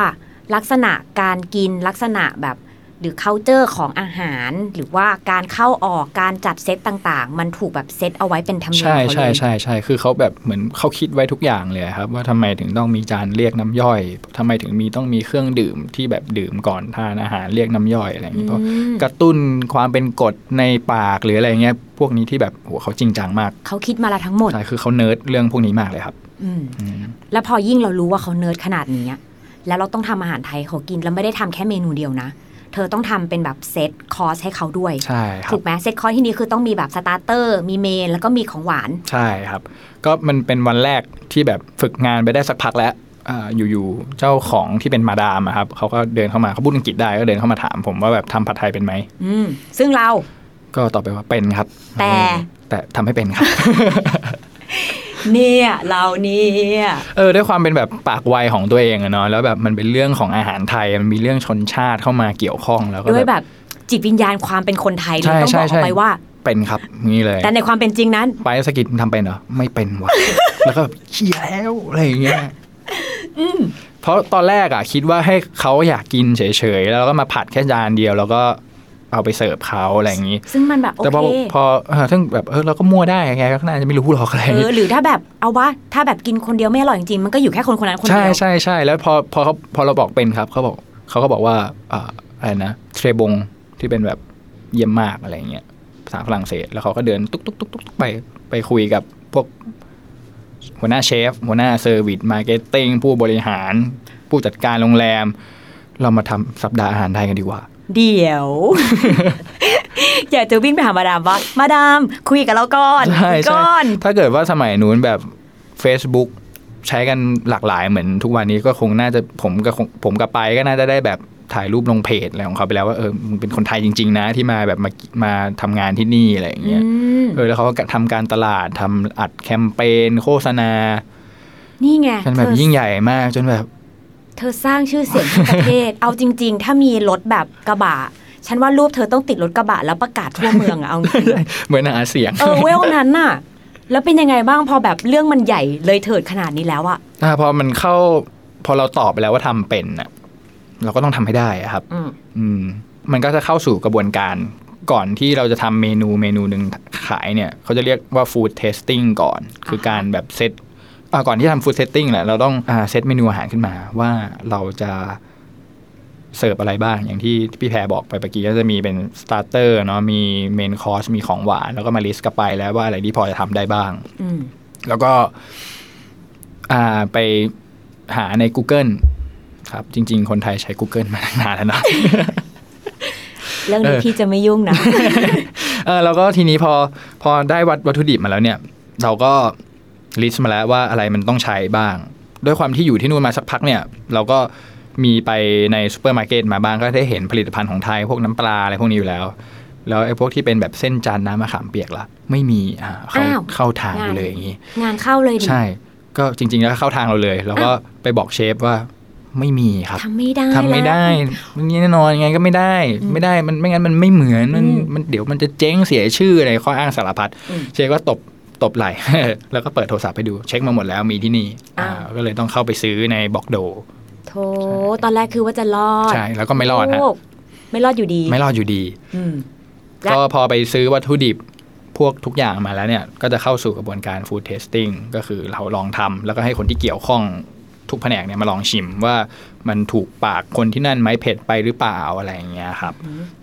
Speaker 3: ลักษณะการกินลักษณะแบบหรือ culture ของอาหาร หรือว่าการเข้าออกการจัดเซตต่างๆ มันถูกแบบเซตเอาไว้เป็นธรรมเนียม
Speaker 4: ใช่
Speaker 3: เขา
Speaker 4: ใช่
Speaker 3: เลย
Speaker 4: ใช่ใช่คือเขาแบบเหมือนเขาคิดไว้ทุกอย่างเลยครับ ว่าทำไมถึงต้องมีจานเรียกน้ำย่อยทำไมถึงมีต้องมีเครื่องดื่มที่แบบดื่มก่อนทานอาหารเรียกน้ำย่อยอะไรอย่าง
Speaker 3: อื
Speaker 4: เงี้ยเพราะ
Speaker 3: ม
Speaker 4: กระตุ้นความเป็นกรดในปากหรืออะไรเงี้ยพวกนี้ที่แบบโหเขาจริงจังมาก
Speaker 3: เขาคิดมาละทั้งหมด
Speaker 4: ใช่คือเขาเนิร์ดเรื่องพวกนี้มากเลยครับ
Speaker 3: อืม
Speaker 4: อืม
Speaker 3: แล้วพอยิ่งเรารู้ว่าเขาเนิร์ดขนาดนี้อะแล้วเราต้องทำอาหารไทยให้เขากินแล้วไม่ได้ทำแค่เมนูเดียวนะ เธอต้องทำเป็นแบบเซตคอร์สให้เขาด้วย
Speaker 4: ใช่ครั
Speaker 3: ถู
Speaker 4: บ
Speaker 3: กไหมเซตคอร์สที่นี้คือต้องมีแบบสตาร์เตอร์ มีเมน แล้วก็มีของหวาน
Speaker 4: ใช่ครับ ก็มันเป็นวันแรกที่แบบฝึกงานไปได้สักพักแล้วอ่าอยู่ๆเจ้าของที่เป็นมาดามอะครับเขาก็เดินเข้ามาเขาพูดอังกฤษได้ก็เดินเข้ามาถามผมว่าแบบทำผัดไทยเป็นไหม
Speaker 3: อืม ซึ่งเรา
Speaker 4: ก็ตอบไปว่าเป็นครับ
Speaker 3: แต่
Speaker 4: เออแต่ทำให้เป็นครับ <laughs>
Speaker 3: เนี่ย เราเนี่ย
Speaker 4: เออด้วยความเป็นแบบปากไวของตัวเองอะเนาะแล้วแบบมันเป็นเรื่องของอาหารไทยมันมีเรื่องชนชาติเข้ามาเกี่ยวข้องแล้วก็
Speaker 3: ด้วย
Speaker 4: แบบ
Speaker 3: แบบจิตวิญญาณความเป็นคนไทย
Speaker 4: ใช่
Speaker 3: เราต้อง
Speaker 4: ใช่
Speaker 3: บอกอ
Speaker 4: ใช่
Speaker 3: อกไปว่า
Speaker 4: เป็นครับนี่เลย
Speaker 3: แต่ในความเป็นจริงนั้น
Speaker 4: ไปสกิดทำเป็นเหรอไม่เป็นวะ
Speaker 3: <laughs>
Speaker 4: แล้วก็แบบเชียแล้วอะไรอย่างเงี้ยเพราะตอนแรกอะคิดว่าให้เขาอยากกินเฉยๆแล้วก็มาผัดแค่จานเดียว แล้วก็ เอาไปเสิร์ฟเขาอะไรอย่างนี้
Speaker 3: ซึ่งมันแบบโอ
Speaker 4: แต่พอ
Speaker 3: เค
Speaker 4: พอเออซึ่งแบบเออเราก็มั่วได้ไงก็น่าจะไม่รู้หรอกอะไรอ
Speaker 3: เอย่าง อ
Speaker 4: งี้
Speaker 3: หรือถ้าแบบเอาว่าถ้าแบบกินคนเดียวไม่อร่อยจริงๆมันก็อยู่แค่คนคนนั้นคน
Speaker 4: ใช่
Speaker 3: เดียว
Speaker 4: ใช่ใช่แล้วพอพอเขาพอเราบอกเป็นครับเขาบอกเขาก็บอกว่าอ่าอะไรนะเทรบงที่เป็นแบบเยี่ยมมากอะไรอย่างเงี้ยภาษาฝรั่งเศสแล้วเขาก็เดินตุ๊กตุ๊กตุ๊กตุ๊กตุ๊กไปไปคุยกับพวกหัวหน้าเชฟหัวหน้าเซอร์วิสมาร์เก็ตติ้งผู้บริหาร ผู้จัดการโรงแรม เรามาทำสัปดาห์อาหารไทยกันดีกว่า
Speaker 3: เดี๋
Speaker 4: <laughs>
Speaker 3: ยว อยากจะวิ่งไปหามาดามว่ามาดามคุยกับเราก่อน
Speaker 4: ใช่ใช่
Speaker 3: ก่อน
Speaker 4: ถ้าเกิดว่าสมัยนู้นแบบ Facebook ใช้กันหลากหลายเหมือนทุกวันนี้ก็คงน่าจะผมกับคงผมกับไปก็น่าจะได้แบบถ่ายรูปลงเพจอะไรของเขาไปแล้วว่าเออมึงเป็นคนไทยจริง ๆ นะที่มาแบบมามาทำงานที่นี่อะไรอย่างเงี้ย
Speaker 3: อืม
Speaker 4: เออแล้วเขาก็ทำการตลาดทำอัดแคมเปญโฆษณา
Speaker 3: นี่ไง
Speaker 4: กันแบบ
Speaker 3: เธอ
Speaker 4: ยิ่งใหญ่มากจนแบบ <laughs>
Speaker 3: เธอสร้างชื่อเสียงทั้งประเทศ <laughs> เอาจริง ๆ ถ้ามีรถแบบกระบะ ฉันว่ารูปเธอต้องติดรถกระบะแล้วประกาศทั่วเมืองอะเอาจริง <laughs>
Speaker 4: เหมือนหาเสียง
Speaker 3: ๆเออเวลนั้นน่ะ แล้วเป็นยังไงบ้างพอแบบเรื่องมันใหญ่เลยเถิดขนาดนี้แล้วอะ
Speaker 4: อ่าพอมันเข้าพอเราตอบไปแล้วว่าทำเป็นน่ะเราก็ต้องทำให้ได้อะครับ
Speaker 3: อืม
Speaker 4: อืมมันก็จะเข้าสู่กระบวนการก่อนที่เราจะทำเมนูเมนูหนึ่งขายเนี่ยเขาจะเรียกว่า food testing ก่อน คือการแบบเซตอ่าก่อนที่จะทำ food testing แหละเราต้องอ่าเซตเมนูอาหารขึ้นมาว่าเราจะเสิร์ฟอะไรบ้าง อย่างที่พี่แพรบอกไปเมื่อกี้ก็จะมีเป็น starter เนาะมี main course มีของหวาน แล้วก็มา list กันไปแล้วว่าอะไรที่พอจะทำได้บ้าง
Speaker 3: อืม
Speaker 4: แล้วก็อ่าไปหาใน Google ครับ จริง ๆ คนไทยใช้ Google มาตั้งนานแล้วเนาะ
Speaker 3: เรื่องนี้
Speaker 4: เออ
Speaker 3: พี่จะไม่ยุ่งนะ
Speaker 4: เออแล้วก็ทีนี้พอพอได้วัตวัตถุดิบมาแล้วเนี่ย เราก็ลิสต์มาแล้วว่าอะไรมันต้องใช้บ้าง ด้วยความที่อยู่ที่นู่นมาสักพักเนี่ย เราก็มีไปในซูเปอร์มาร์เก็ตมาบ้างก็ได้เห็นผลิตภัณฑ์ของไทย พวกน้ำปลาอะไรพวกนี้อยู่แล้ว แล้วไอ้พวกที่เป็นแบบเส้นจานน้ำมะขามเปียกละไม่มีอ่าเข้า
Speaker 3: อ้าว
Speaker 4: เข้าทางอยู่เลยอย่างนี้
Speaker 3: <laughs> งานเข้าเลยดิ
Speaker 4: ใช่ ก็จริง ๆ แล้วเข้าทางเราเลย แล้วก็ไปบอกเชฟว่าไม่มีครับ
Speaker 3: ทำไม่ได้
Speaker 4: ทำไม่
Speaker 3: ละ
Speaker 4: ได้มันแน่นอนยังไงก็ไม่ได้ ไม่ได้มันไม่งั้นมันไม่เหมือนมันมันเดี๋ยวมันจะเจ๊งเสียชื่ออะไรข้ออ้างสารพัด
Speaker 3: อืม
Speaker 4: เชฟก็ตบตบไหล่ <laughs> แล้วก็เปิดโทรศัพท์ไปดูเช็คมาหมดแล้วมีที่นี่
Speaker 3: อ้าว
Speaker 4: อ่าก็เลยต้องเข้าไปซื้อในบอกโด
Speaker 3: โถตอนแรกคือว่าจะรอด
Speaker 4: ใช่แล้วก็ไม่รอดฮะ
Speaker 3: โไม่รอดอยู่ดี
Speaker 4: ไม่รอดอยู่ดี
Speaker 3: อืม และ
Speaker 4: ก็พอไปซื้อวัตถุดิบพวกทุกอย่างมาแล้วเนี่ย ก็จะเข้าสู่กระบวนการ food tasting ก็คือเราลองทำแล้วก็ให้คนที่เกี่ยวข้องทุกแผนกเนี่ยมาลองชิมว่ามันถูกปากคนที่นั่นไหมเผ็ดไปหรือเปล่าอะไรอย่างเงี้ยครับ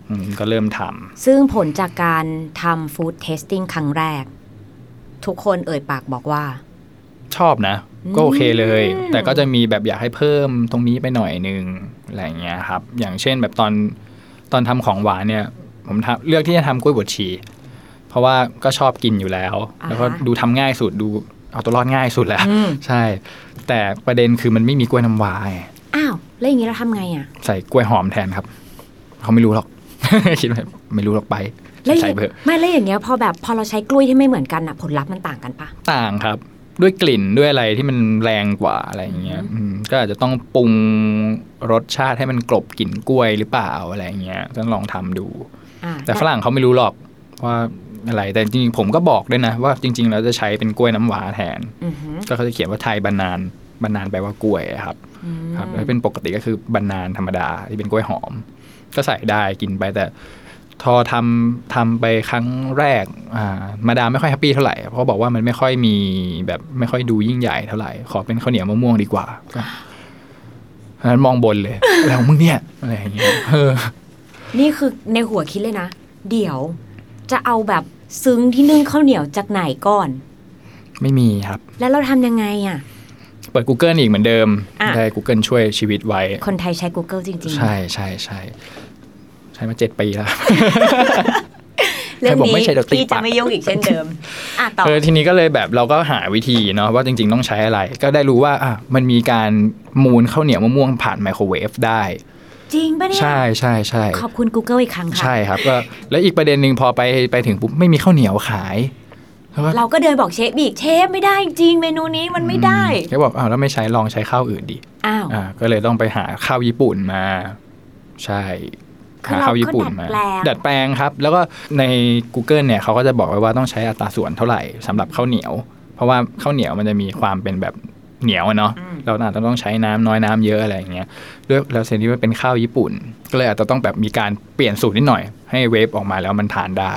Speaker 4: อืมก็เริ่มทำ
Speaker 3: ซึ่งผลจากการทำฟู้ดเทสติ้งครั้งแรก ทุกคนเอ่ยปากบอกว่า
Speaker 4: ชอบนะ ก็โอเคเลย แต่ก็จะมีแบบอยากให้เพิ่มตรงนี้ไปหน่อยนึงอะไรอย่างเงี้ยครับ อย่างเช่นแบบตอนตอนทำของหวานเนี่ย ผมทำเลือกที่จะทำกล้วยบวชชีเพราะว่าก็ชอบกินอยู่แล้ว
Speaker 3: อ่าฮะ
Speaker 4: แล้วก็ดูทำง่ายสุดดูเอาตัวรอดง่ายสุดแล้ว
Speaker 3: อืม
Speaker 4: <laughs> ใช่ แต่ประเด็นคือมันไม่มีกล้วยน้ำว้าไง
Speaker 3: อ้าว แล้วอย่างนี้เราทำไงอ่ะ
Speaker 4: ใส่กล้วยหอมแทนครับ เขาไม่รู้หรอก <laughs> คิดว่าไม่รู้หรอกไป
Speaker 3: แล้วอย่า
Speaker 4: ใส่
Speaker 3: ง
Speaker 4: เบอร์
Speaker 3: ไม่แล้วอย่างเงี้ยพอแบบพอเราใช้กล้วยที่ไม่เหมือนกันอะผลลัพธ์มันต่างกันปะ
Speaker 4: ต่างครับ ด้วยกลิ่นด้วยอะไรที่มันแรงกว่าอะไรอย่างเงี้ยอืมก็อาจจะต้องปรุงรสชาติให้มันกลบกลิ่นกล้วยหรือเปล่าอะไรอย่างเงี้ยต้องลองทำดู
Speaker 3: อ่า
Speaker 4: แต่ฝรั่งเขาไม่รู้หรอกว่าอะไร แต่จริงๆผมก็บอกด้วยนะ ว่าจริง ๆ แล้วจะใช้เป็นกล้วยน้ำว้าแทน
Speaker 3: อือหือ
Speaker 4: ก็เขาจะเขียนว่าไทยบานานบานานแปลว่ากล้วยอะครับ
Speaker 3: อืม
Speaker 4: ครับแล้วเป็นปกติก็คือบานานธรรมดาที่เป็นกล้วยหอม ก็ใส่ได้กินไปแต่ทอทำทำไปครั้งแรกอ่ามาดามไม่ค่อยแฮปปี้เท่าไหร่เพราะบอกว่ามันไม่ค่อยมีแบบไม่ค่อยดูยิ่งใหญ่เท่าไหร่ขอเป็นข้าวเหนียวมะม่วงดีกว่าก็อันนั้นมองบนเลย แล้วมึงเนี่ยอะไรอย่างเงี้ย <laughs> เออ
Speaker 3: นี่คือในหัวคิดเลยนะ เดี๋ยวจะเอาแบบซึ้งที่นึ่งข้าวเหนียวจากไหนก่อน
Speaker 4: ไม่มีครับ
Speaker 3: แล้วเราทำยังไงอะ
Speaker 4: เปิด Google อีกเหมือนเดิม
Speaker 3: อ่ะ
Speaker 4: ได้ Google ช่วยชีวิตไว้
Speaker 3: คนไทยใช้ Google จริง
Speaker 4: ใช่ใช่ใช่ใช้มาเจ็ดปีแล้ว
Speaker 3: ๆ เรื่อง
Speaker 4: ใครบอก
Speaker 3: นี้
Speaker 4: ไม่ใช่เดี๋ยวตี
Speaker 3: พี่จะ
Speaker 4: ปาก
Speaker 3: ไม่ยุ่งอีกเช่นเดิม อ่ะต่อ
Speaker 4: เออทีนี้ก็เลยแบบเราก็หาวิธีเนาะว่าจริง ๆ ต้องใช้อะไร ก็ได้รู้ว่าอ่ะมันมีการมูนข้าวเหนียวมะม่วงผ่านไมโครเวฟได้
Speaker 3: จริงปะเนี่ย
Speaker 4: ใช่ใช่ใช่
Speaker 3: ขอบคุณ Google อีกครั้งค่ะ
Speaker 4: ใช่ครับก็แล้วอีกประเด็นหนึ่งพอไปไปถึงปุ๊บไม่มีข้าวเหนียวขายแล้วก็
Speaker 3: เราก็เดินบอกเชฟอีกเชฟไม่ได้จริงเมนูนี้มันไม่ได้
Speaker 4: อืมแกบอกอ้าวแล้วไม่ใช้ลองใช้ข้าวอื่นดิ
Speaker 3: อ้าว
Speaker 4: อ่าก็เลยต้องไปหาข้าวญี่ปุ่นมา ใช่
Speaker 3: คื
Speaker 4: หา
Speaker 3: อเรา
Speaker 4: ข้าวญี่
Speaker 3: ก็
Speaker 4: ปุ่น
Speaker 3: ดัด
Speaker 4: มา
Speaker 3: แปลง
Speaker 4: ดัดแปลงครับ แล้วก็ใน Google เนี่ยเขาก็จะบอกไว้ว่าต้องใช้อัตราส่วนเท่าไหร่สำหรับข้าวเหนียว เพราะว่าข้าวเหนียวมันจะมีความเป็นแบบ เหนียวอะเนาะ
Speaker 3: อืม
Speaker 4: เราอาจจะต้องใช้น้ำน้อยน้ำเยอะอะไรอย่างเงี้ยด้วยแล้วเซนที่มันเป็นข้าวญี่ปุ่น ก็เลยอาจจะต้องแบบมีการเปลี่ยนสูตรนิดหน่อย ให้เวฟออกมาแล้วมันทานได้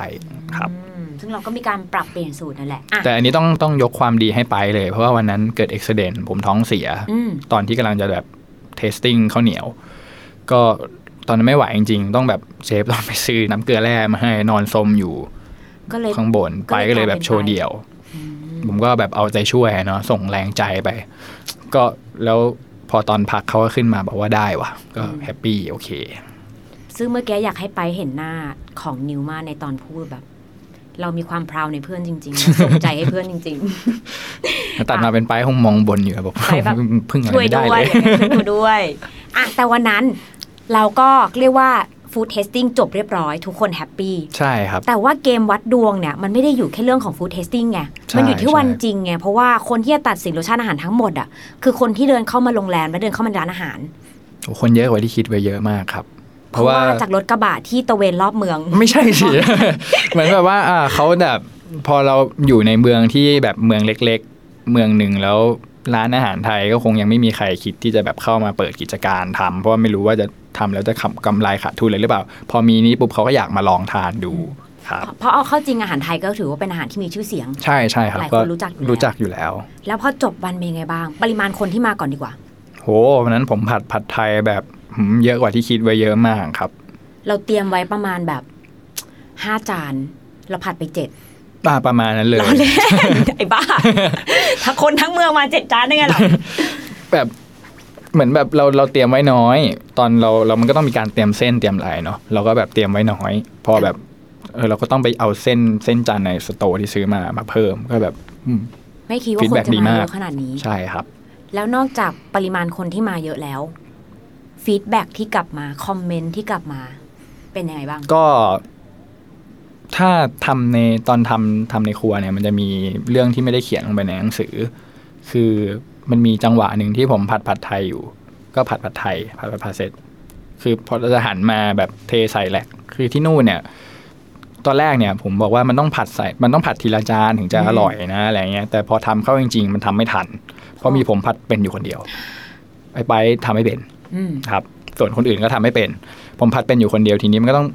Speaker 4: ครับ
Speaker 3: อืมซึ่งเราก็มีการปรับเปลี่ยนสูตรนั่นแหละอ่ะ
Speaker 4: แต่อันนี้ต้องต้องยกความดีให้ไปเลย เพราะว่าวันนั้นเกิดอุบิเหตุผมท้องเสีย
Speaker 3: อืม
Speaker 4: ตอนที่กำลังจะแบบเทสติ้งข้าวเหนียว ก็ตอนนั้นไม่ไหวจริงๆ ต้องแบบเชฟ <laughs> ต้องไปซื้อน้ำเกลือแร่มาให้นอนสมอยู่
Speaker 3: ก็เลย
Speaker 4: ข้างบน
Speaker 3: ก็
Speaker 4: ไป
Speaker 3: เลย
Speaker 4: ก็เล
Speaker 3: กลา
Speaker 4: ย
Speaker 3: ย
Speaker 4: แบ
Speaker 3: เป็
Speaker 4: บ
Speaker 3: น
Speaker 4: โชว์
Speaker 3: ไป
Speaker 4: เดี่ยว ผมก็แบบเอาใจช่วยเนาะส่งแรงใจไป ก็แล้วพอตอนพักเขาก็ขึ้นมาบอกว่าได้ว่ะ ก็แฮปปี้โอเค
Speaker 3: ซึ่งเมื่อกี้อยากให้ไปเห็นหน้าของนิวมากในตอนพูดแบบ เรามีความพราวในเพื่อนจริงๆนะสนใจให้เพื่อนจริง
Speaker 4: ตัดมาเป็นไปคงมองบนอยู่แบบ <laughs>
Speaker 3: ไปแบบ
Speaker 4: พึ่ง
Speaker 3: ๆ
Speaker 4: อะไร
Speaker 3: ช่วย
Speaker 4: ไม่ได้
Speaker 3: ด้ว
Speaker 4: เลย ย
Speaker 3: ช่วยดูด้วยอ่ะแต่วันนั้นเราก็เรียกว่าฟู้ดเทสติ้งจบเรียบร้อย ทุกคนแฮปปี้
Speaker 4: ใช่ครับ
Speaker 3: แต่ว่าเกมวัดดวงเนี่ย มันไม่ได้อยู่แค่เรื่องของฟู้ดเทสติ้งไง
Speaker 4: ใช่
Speaker 3: มันอยู่ที่วัน
Speaker 4: ใช่
Speaker 3: จริงไง เพราะว่าคนที่จะตัดสินรสชาติอาหารทั้งหมดอ่ะคือคนที่เดินเข้ามาโรงแรมและเดินเข้ามาร้านอาหาร
Speaker 4: โอ้คนเยอะกว่าที่คิดไว้เยอะมากครับ
Speaker 3: เพราะว่าจากรถกระบะที่ตระเวนรอบเมือง
Speaker 4: ไม่ใช่สิ <laughs> เหมือนแบบว่าอ่าเขาแบบพอเราอยู่ในเมืองที่แบบเมืองเล็กๆ เมืองหนึ่งแล้วร้านอาหารไทยก็คงยังไม่มีใครคิดที่จะแบบเข้ามาเปิดกิจการทำเพราะว่าไม่รู้ว่าจะทำแล้วจะขับกำไรขาดทุนเลยหรือเปล่า พอมีนี้ปุ๊บเขาก็อยากมาลองทานดูครับ
Speaker 3: เพราะเอาเข้าจริงอาหารไทยก็ถือว่าเป็นอาหารที่มีชื่อเสียง
Speaker 4: ใช่ใช่ครับ
Speaker 3: หลายคนรู้จักอยู่แล้ว
Speaker 4: รู้จักอยู่แล้ว
Speaker 3: แล้วพอจบวันเป็นยังไงบ้าง ปริมาณคนที่มาก่อนดีกว่า
Speaker 4: โหวันนั้นผมผัดผัดไทยแบบหืมเยอะกว่าที่คิดไว้เยอะมากครับ
Speaker 3: เราเตรียมไว้ประมาณแบบห้าจาน เราผัดไปเจ็ด
Speaker 4: อ่าประมาณนั้นเลย
Speaker 3: เราเล่น <laughs> ไอ้บ้า ถ้าคนทั้งเมืองมาเจ็ดจานได้ไงล่ะ
Speaker 4: แบบเหมือนแบบเราเราเตรียมไว้น้อย ตอนเราเรามันก็ต้องมีการเตรียมเส้นเตรียมอะไรเนาะเราก็แบบเตรียมไว้น้อย พอแบบเออเราก็ต้องไปเอาเส้นเส้นจานในสโตร์ที่ซื้อมามาเพิ่มก็แบบอืม
Speaker 3: ไม่คิดว่าคน
Speaker 4: Feedback
Speaker 3: จะมาม
Speaker 4: ดีาก
Speaker 3: เยอะขนาดนี้
Speaker 4: ใช่ครับ
Speaker 3: แล้วนอกจากปริมาณคนที่มาเยอะแล้ว ฟีดแบ็ที่กลับมา คอมเมนต์ที่กลับมา เป็นยังไงบ้าง
Speaker 4: ก็ถ้าทำในตอนทำทำในครัวเนี่ย มันจะมีเรื่องที่ไม่ได้เขียนลงไปในหนังสือ คือมันมีจังหวะหนึ่งที่ผมผัดผัดไทยอยู่ ก็ผัดผัดไทยผัดผัดผัดเสร็จ คือพอเราจะหันมาแบบเทใส่แหลกคือที่นู่นเนี่ย ตอนแรกเนี่ย ผมบอกว่ามันต้องผัดใส่ มันต้องผัดทีละจานถึงจะอร่อยนะอะไรเงี้ยแต่พอทำเข้าจริง ๆ มันทำไม่ทัน เพราะมีผมผัดเป็นอยู่คนเดียวไอ้ไปทำไม่เป็น
Speaker 3: อืม
Speaker 4: ครับส่วนคนอื่นก็ทำไม่เป็น ผมผัดเป็นอยู่คนเดียวทีนี้มันก็ต้อง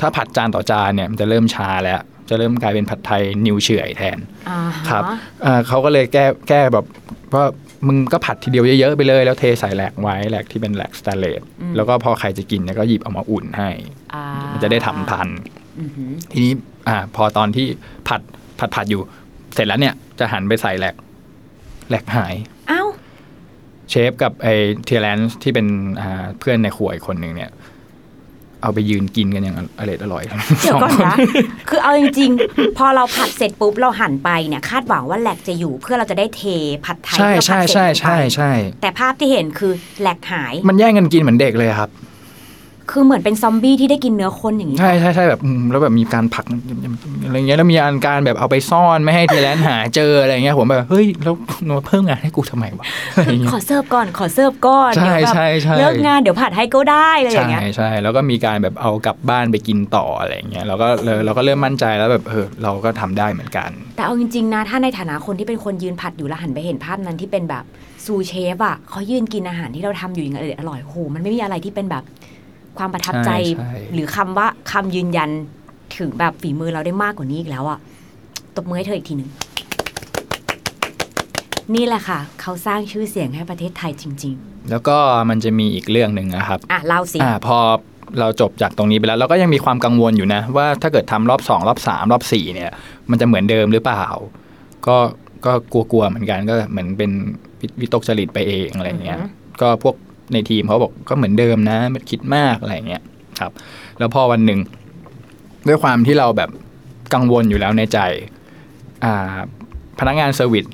Speaker 4: ถ้าผัดจานต่อจานเนี่ยมันจะเริ่มชาแล้ว จะเริ่มกลายเป็นผัดไทยนิวเฉื่อยแทน
Speaker 3: อ่าฮะ
Speaker 4: ครับเอ่อเขาก็เลยแก้แก้แบบว่ามึงก็ผัดทีเดียวเยอะๆไปเลยแล้วเทใส่แหลกไว้แหลกที่เป็นแหลกสแตนเลสแล้วก็พอใครจะกินเนี่ยก็หยิบเอามาอุ่นให้
Speaker 3: อ่า
Speaker 4: มันจะได้ทำทัน
Speaker 3: อือหือ
Speaker 4: ทีนี้อ่าพอตอนที่ผัดผัดผัดอยู่ เสร็จแล้วเนี่ยจะหันไปใส่แหลกแหลกหาย
Speaker 3: เอ้า
Speaker 4: เชฟกับไอ้เทียแลนซ์ที่เป็นอ่าเพื่อนในครัวอีกคนหนึ่งเนี่ย เอาไปยืนกินกันอย่างอร่อยอร่อย
Speaker 3: เดี๋ยวก่อน
Speaker 4: สงค
Speaker 3: นะ คือเอาจริงๆ พอเราผัดเสร็จปุ๊บเราหันไปเนี่ย คาดหวังว่าแหลกจะอยู่เพื่อเราจะได้เทผัดไทย
Speaker 4: ใช่
Speaker 3: ที่เราผั
Speaker 4: ใช่
Speaker 3: ดเสร็จ
Speaker 4: ใช่
Speaker 3: ลง
Speaker 4: ใช่
Speaker 3: ไป
Speaker 4: ใช่
Speaker 3: แต่ภาพที่เห็นคือแหลกหาย
Speaker 4: มันแย่งกันกินเหมือนเด็กเลยครับ
Speaker 3: คือเหมือนเป็นซอมบี้ที่ได้กินเนื้อคนอย่างนี้
Speaker 4: ใช่ใช่ใช่แบบอืมแล้วแบบมีการผลักอะไรเงี้ยแล้วมีอันการแบบเอาไปซ่อนไม่ให้เทียแลนซ์หาเจออะไรเงี้ยผมแบบเฮ้ยแล้วมาเพิ่มงานให้กูทำไมวะอะไรเงี้
Speaker 3: ข
Speaker 4: ย
Speaker 3: อเสิร์ฟก่อน ขอเสิร์ฟก่อน
Speaker 4: ใช่
Speaker 3: เดี๋ยวแบบ
Speaker 4: ใช่ใช่
Speaker 3: เลิกงานเดี๋ยวผัดให้ก็ได้อะไรอย่างเงี้ย
Speaker 4: ใช่ใช่แล้วก็มีการแบบเอากลับบ้านไปกินต่ออะไรเงี้ยเราก็เราเราก็เริ่มมั่นใจแล้วแบบเออเราก็ทำได้เหมือนกัน
Speaker 3: แต่เอาจริงๆนะ ถ้าในฐานะคนที่เป็นคนยืนผัดอยู่แล้วหันไปเห็นภาพนั้นที่เป็นแบบซูเชฟอ่ะเขายืนกินอาหารที่เราทำอยู่อย่างอร่อยๆโอ้โหมันไม่มีอะไรที่เป็นแบบความประทับใจ
Speaker 4: ใช่ใช่
Speaker 3: หรือคำว่าคำยืนยันถึงแบบฝีมือเราได้มากกว่านี้อีกแล้วอ่ะตบมือให้เธออีกทีหนึ่งนี่แหละค่ะ เขาสร้างชื่อเสียงให้ประเทศไทยจริง
Speaker 4: แล้วก็มันจะมีอีกเรื่องหนึ่งนะครับ
Speaker 3: ๆ อ่ะเล่าสิ
Speaker 4: อ่าพอเราจบจากตรงนี้ไปแล้วเราก็ยังมีความกังวลอยู่นะ ว่าถ้าเกิดทำรอบสองรอบสามรอบสี่เนี่ย มันจะเหมือนเดิมหรือเปล่า ก็ก็กลัวๆเหมือนกันก็เหมือนเป็นวิวิตกจริตไปเองอะไรเงี้ย
Speaker 3: อือฮึ
Speaker 4: ก็พวกในทีมเขาบอกก็เหมือนเดิมนะไม่คิดมากอะไรเงี้ยครับ แล้วพอวันหนึ่ง ด้วยความที่เราแบบกังวลอยู่แล้วในใจ อ่า พนักงานเซอร์วิส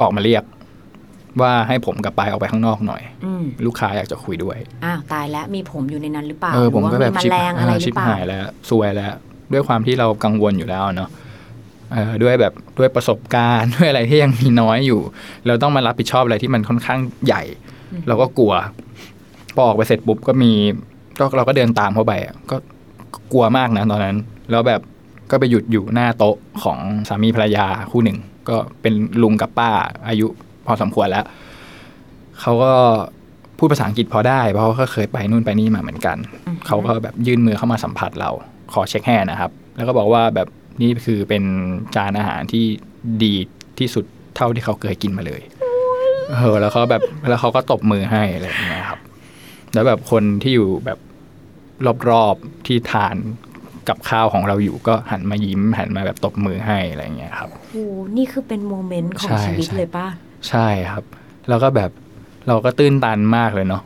Speaker 4: ออกมาเรียก ว่าให้ผมกับไปายออกไปข้างนอกหน่อย
Speaker 3: อืม
Speaker 4: ลูกค้าอยากจะคุยด้วย
Speaker 3: อ้าวตายแล้วมีผมอยู่ในนั้นหรือเปล่า
Speaker 4: เออผมก็แบบ
Speaker 3: หรือว่ามี
Speaker 4: ชิบ
Speaker 3: แมลงอะไรห
Speaker 4: ชิ
Speaker 3: รื
Speaker 4: บ
Speaker 3: อเปล่า
Speaker 4: หายแล้วซวยแล้ว ด้วยความที่เรากังวลอยู่แล้วเนาะเออด้วยแบบด้วยประสบการณ์ <laughs> ด้วยอะไรที่ยังมีน้อยอยู่ เราต้องมารับผิดชอบอะไรที่มันค่อนข้างใหญ่ เราก็กลัวพอออกไปเสร็จปุ๊บก็มีก็เราก็เดินตามเข้าไปอะก็ก็กลัวมากนะตอนนั้น แล้วแบบก็ไปหยุดอยู่หน้าโต๊ะของสามีภรรยาคู่หนึ่ง ก็เป็นลุงกับป้าอายุ พอสมควรแล้ว เขาก็พูดภาษาอังกฤษพอได้ เพราะเขาก็เคยไปนู่นไปนี่มาเหมือนกัน เขาก็แบบยื่นมือเข้ามาสัมผัสเรา ขอเช็คแฮนด์นะครับ แล้วก็บอกว่าแบบนี่คือเป็นจานอาหารที่ดีที่สุดเท่าที่เขาเคยกินมาเลย เออแล้วเขาแบบแล้วเขาก็ตบมือให้อะไรอย่างเงี้ยครับ แล้วแบบคนที่อยู่แบบรอบๆที่ทานกับข้าวของเราอยู่ก็หันมายิ้มหันมาแบบตบมือให้อะไรอย่างเงี้ยครับ
Speaker 3: โอ้โหนี่คือเป็นโมเมนต์ของ
Speaker 4: ใช่
Speaker 3: ชีวิต
Speaker 4: ใช่
Speaker 3: เลยป่ะ
Speaker 4: ใช่ครับ แล้วก็แบบเราก็ตื้นตันมากเลยเนาะ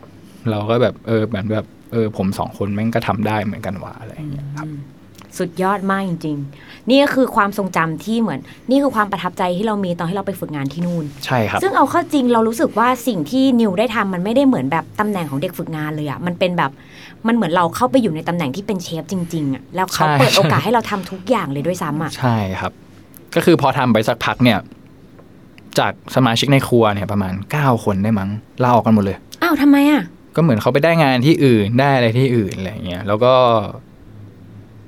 Speaker 4: เราก็แบบเออเหมือนแบบเออผมสองคนแม่งก็ทำได้เหมือนกันว่ะอะไรอย่างเงี้ยครับ
Speaker 3: สุดยอดมากจริง ๆ นี่ก็คือความทรงจำที่เหมือน นี่คือความประทับใจที่เรามีตอนที่เราไปฝึกงานที่นู่น
Speaker 4: ใช่ครับ
Speaker 3: ซึ่งเอาเข้าจริงเรารู้สึกว่าสิ่งที่นิวได้ทำมันไม่ได้เหมือนแบบตำแหน่งของเด็กฝึกงานเลยอะมันเป็นแบบมันเหมือนเราเข้าไปอยู่ในตำแหน่งที่เป็นเชฟจริงๆอะแล้วเขา
Speaker 4: ใช่
Speaker 3: เปิดโอกาสให้เราทำทุกอย่างเลยด้วยซ้ำอะ
Speaker 4: ใช่ครับ ก็คือพอทำไปสักพักเนี่ย จากสมาชิกในครัวเนี่ยประมาณ 9 คนได้มั้งลาออกกันหมดเลย
Speaker 3: อ้าวทำไมอะ
Speaker 4: ก็เหมือนเขาไปได้งานที่อื่นได้อะไรที่อื่นอะไรอย่างเงี้ยแล้วก็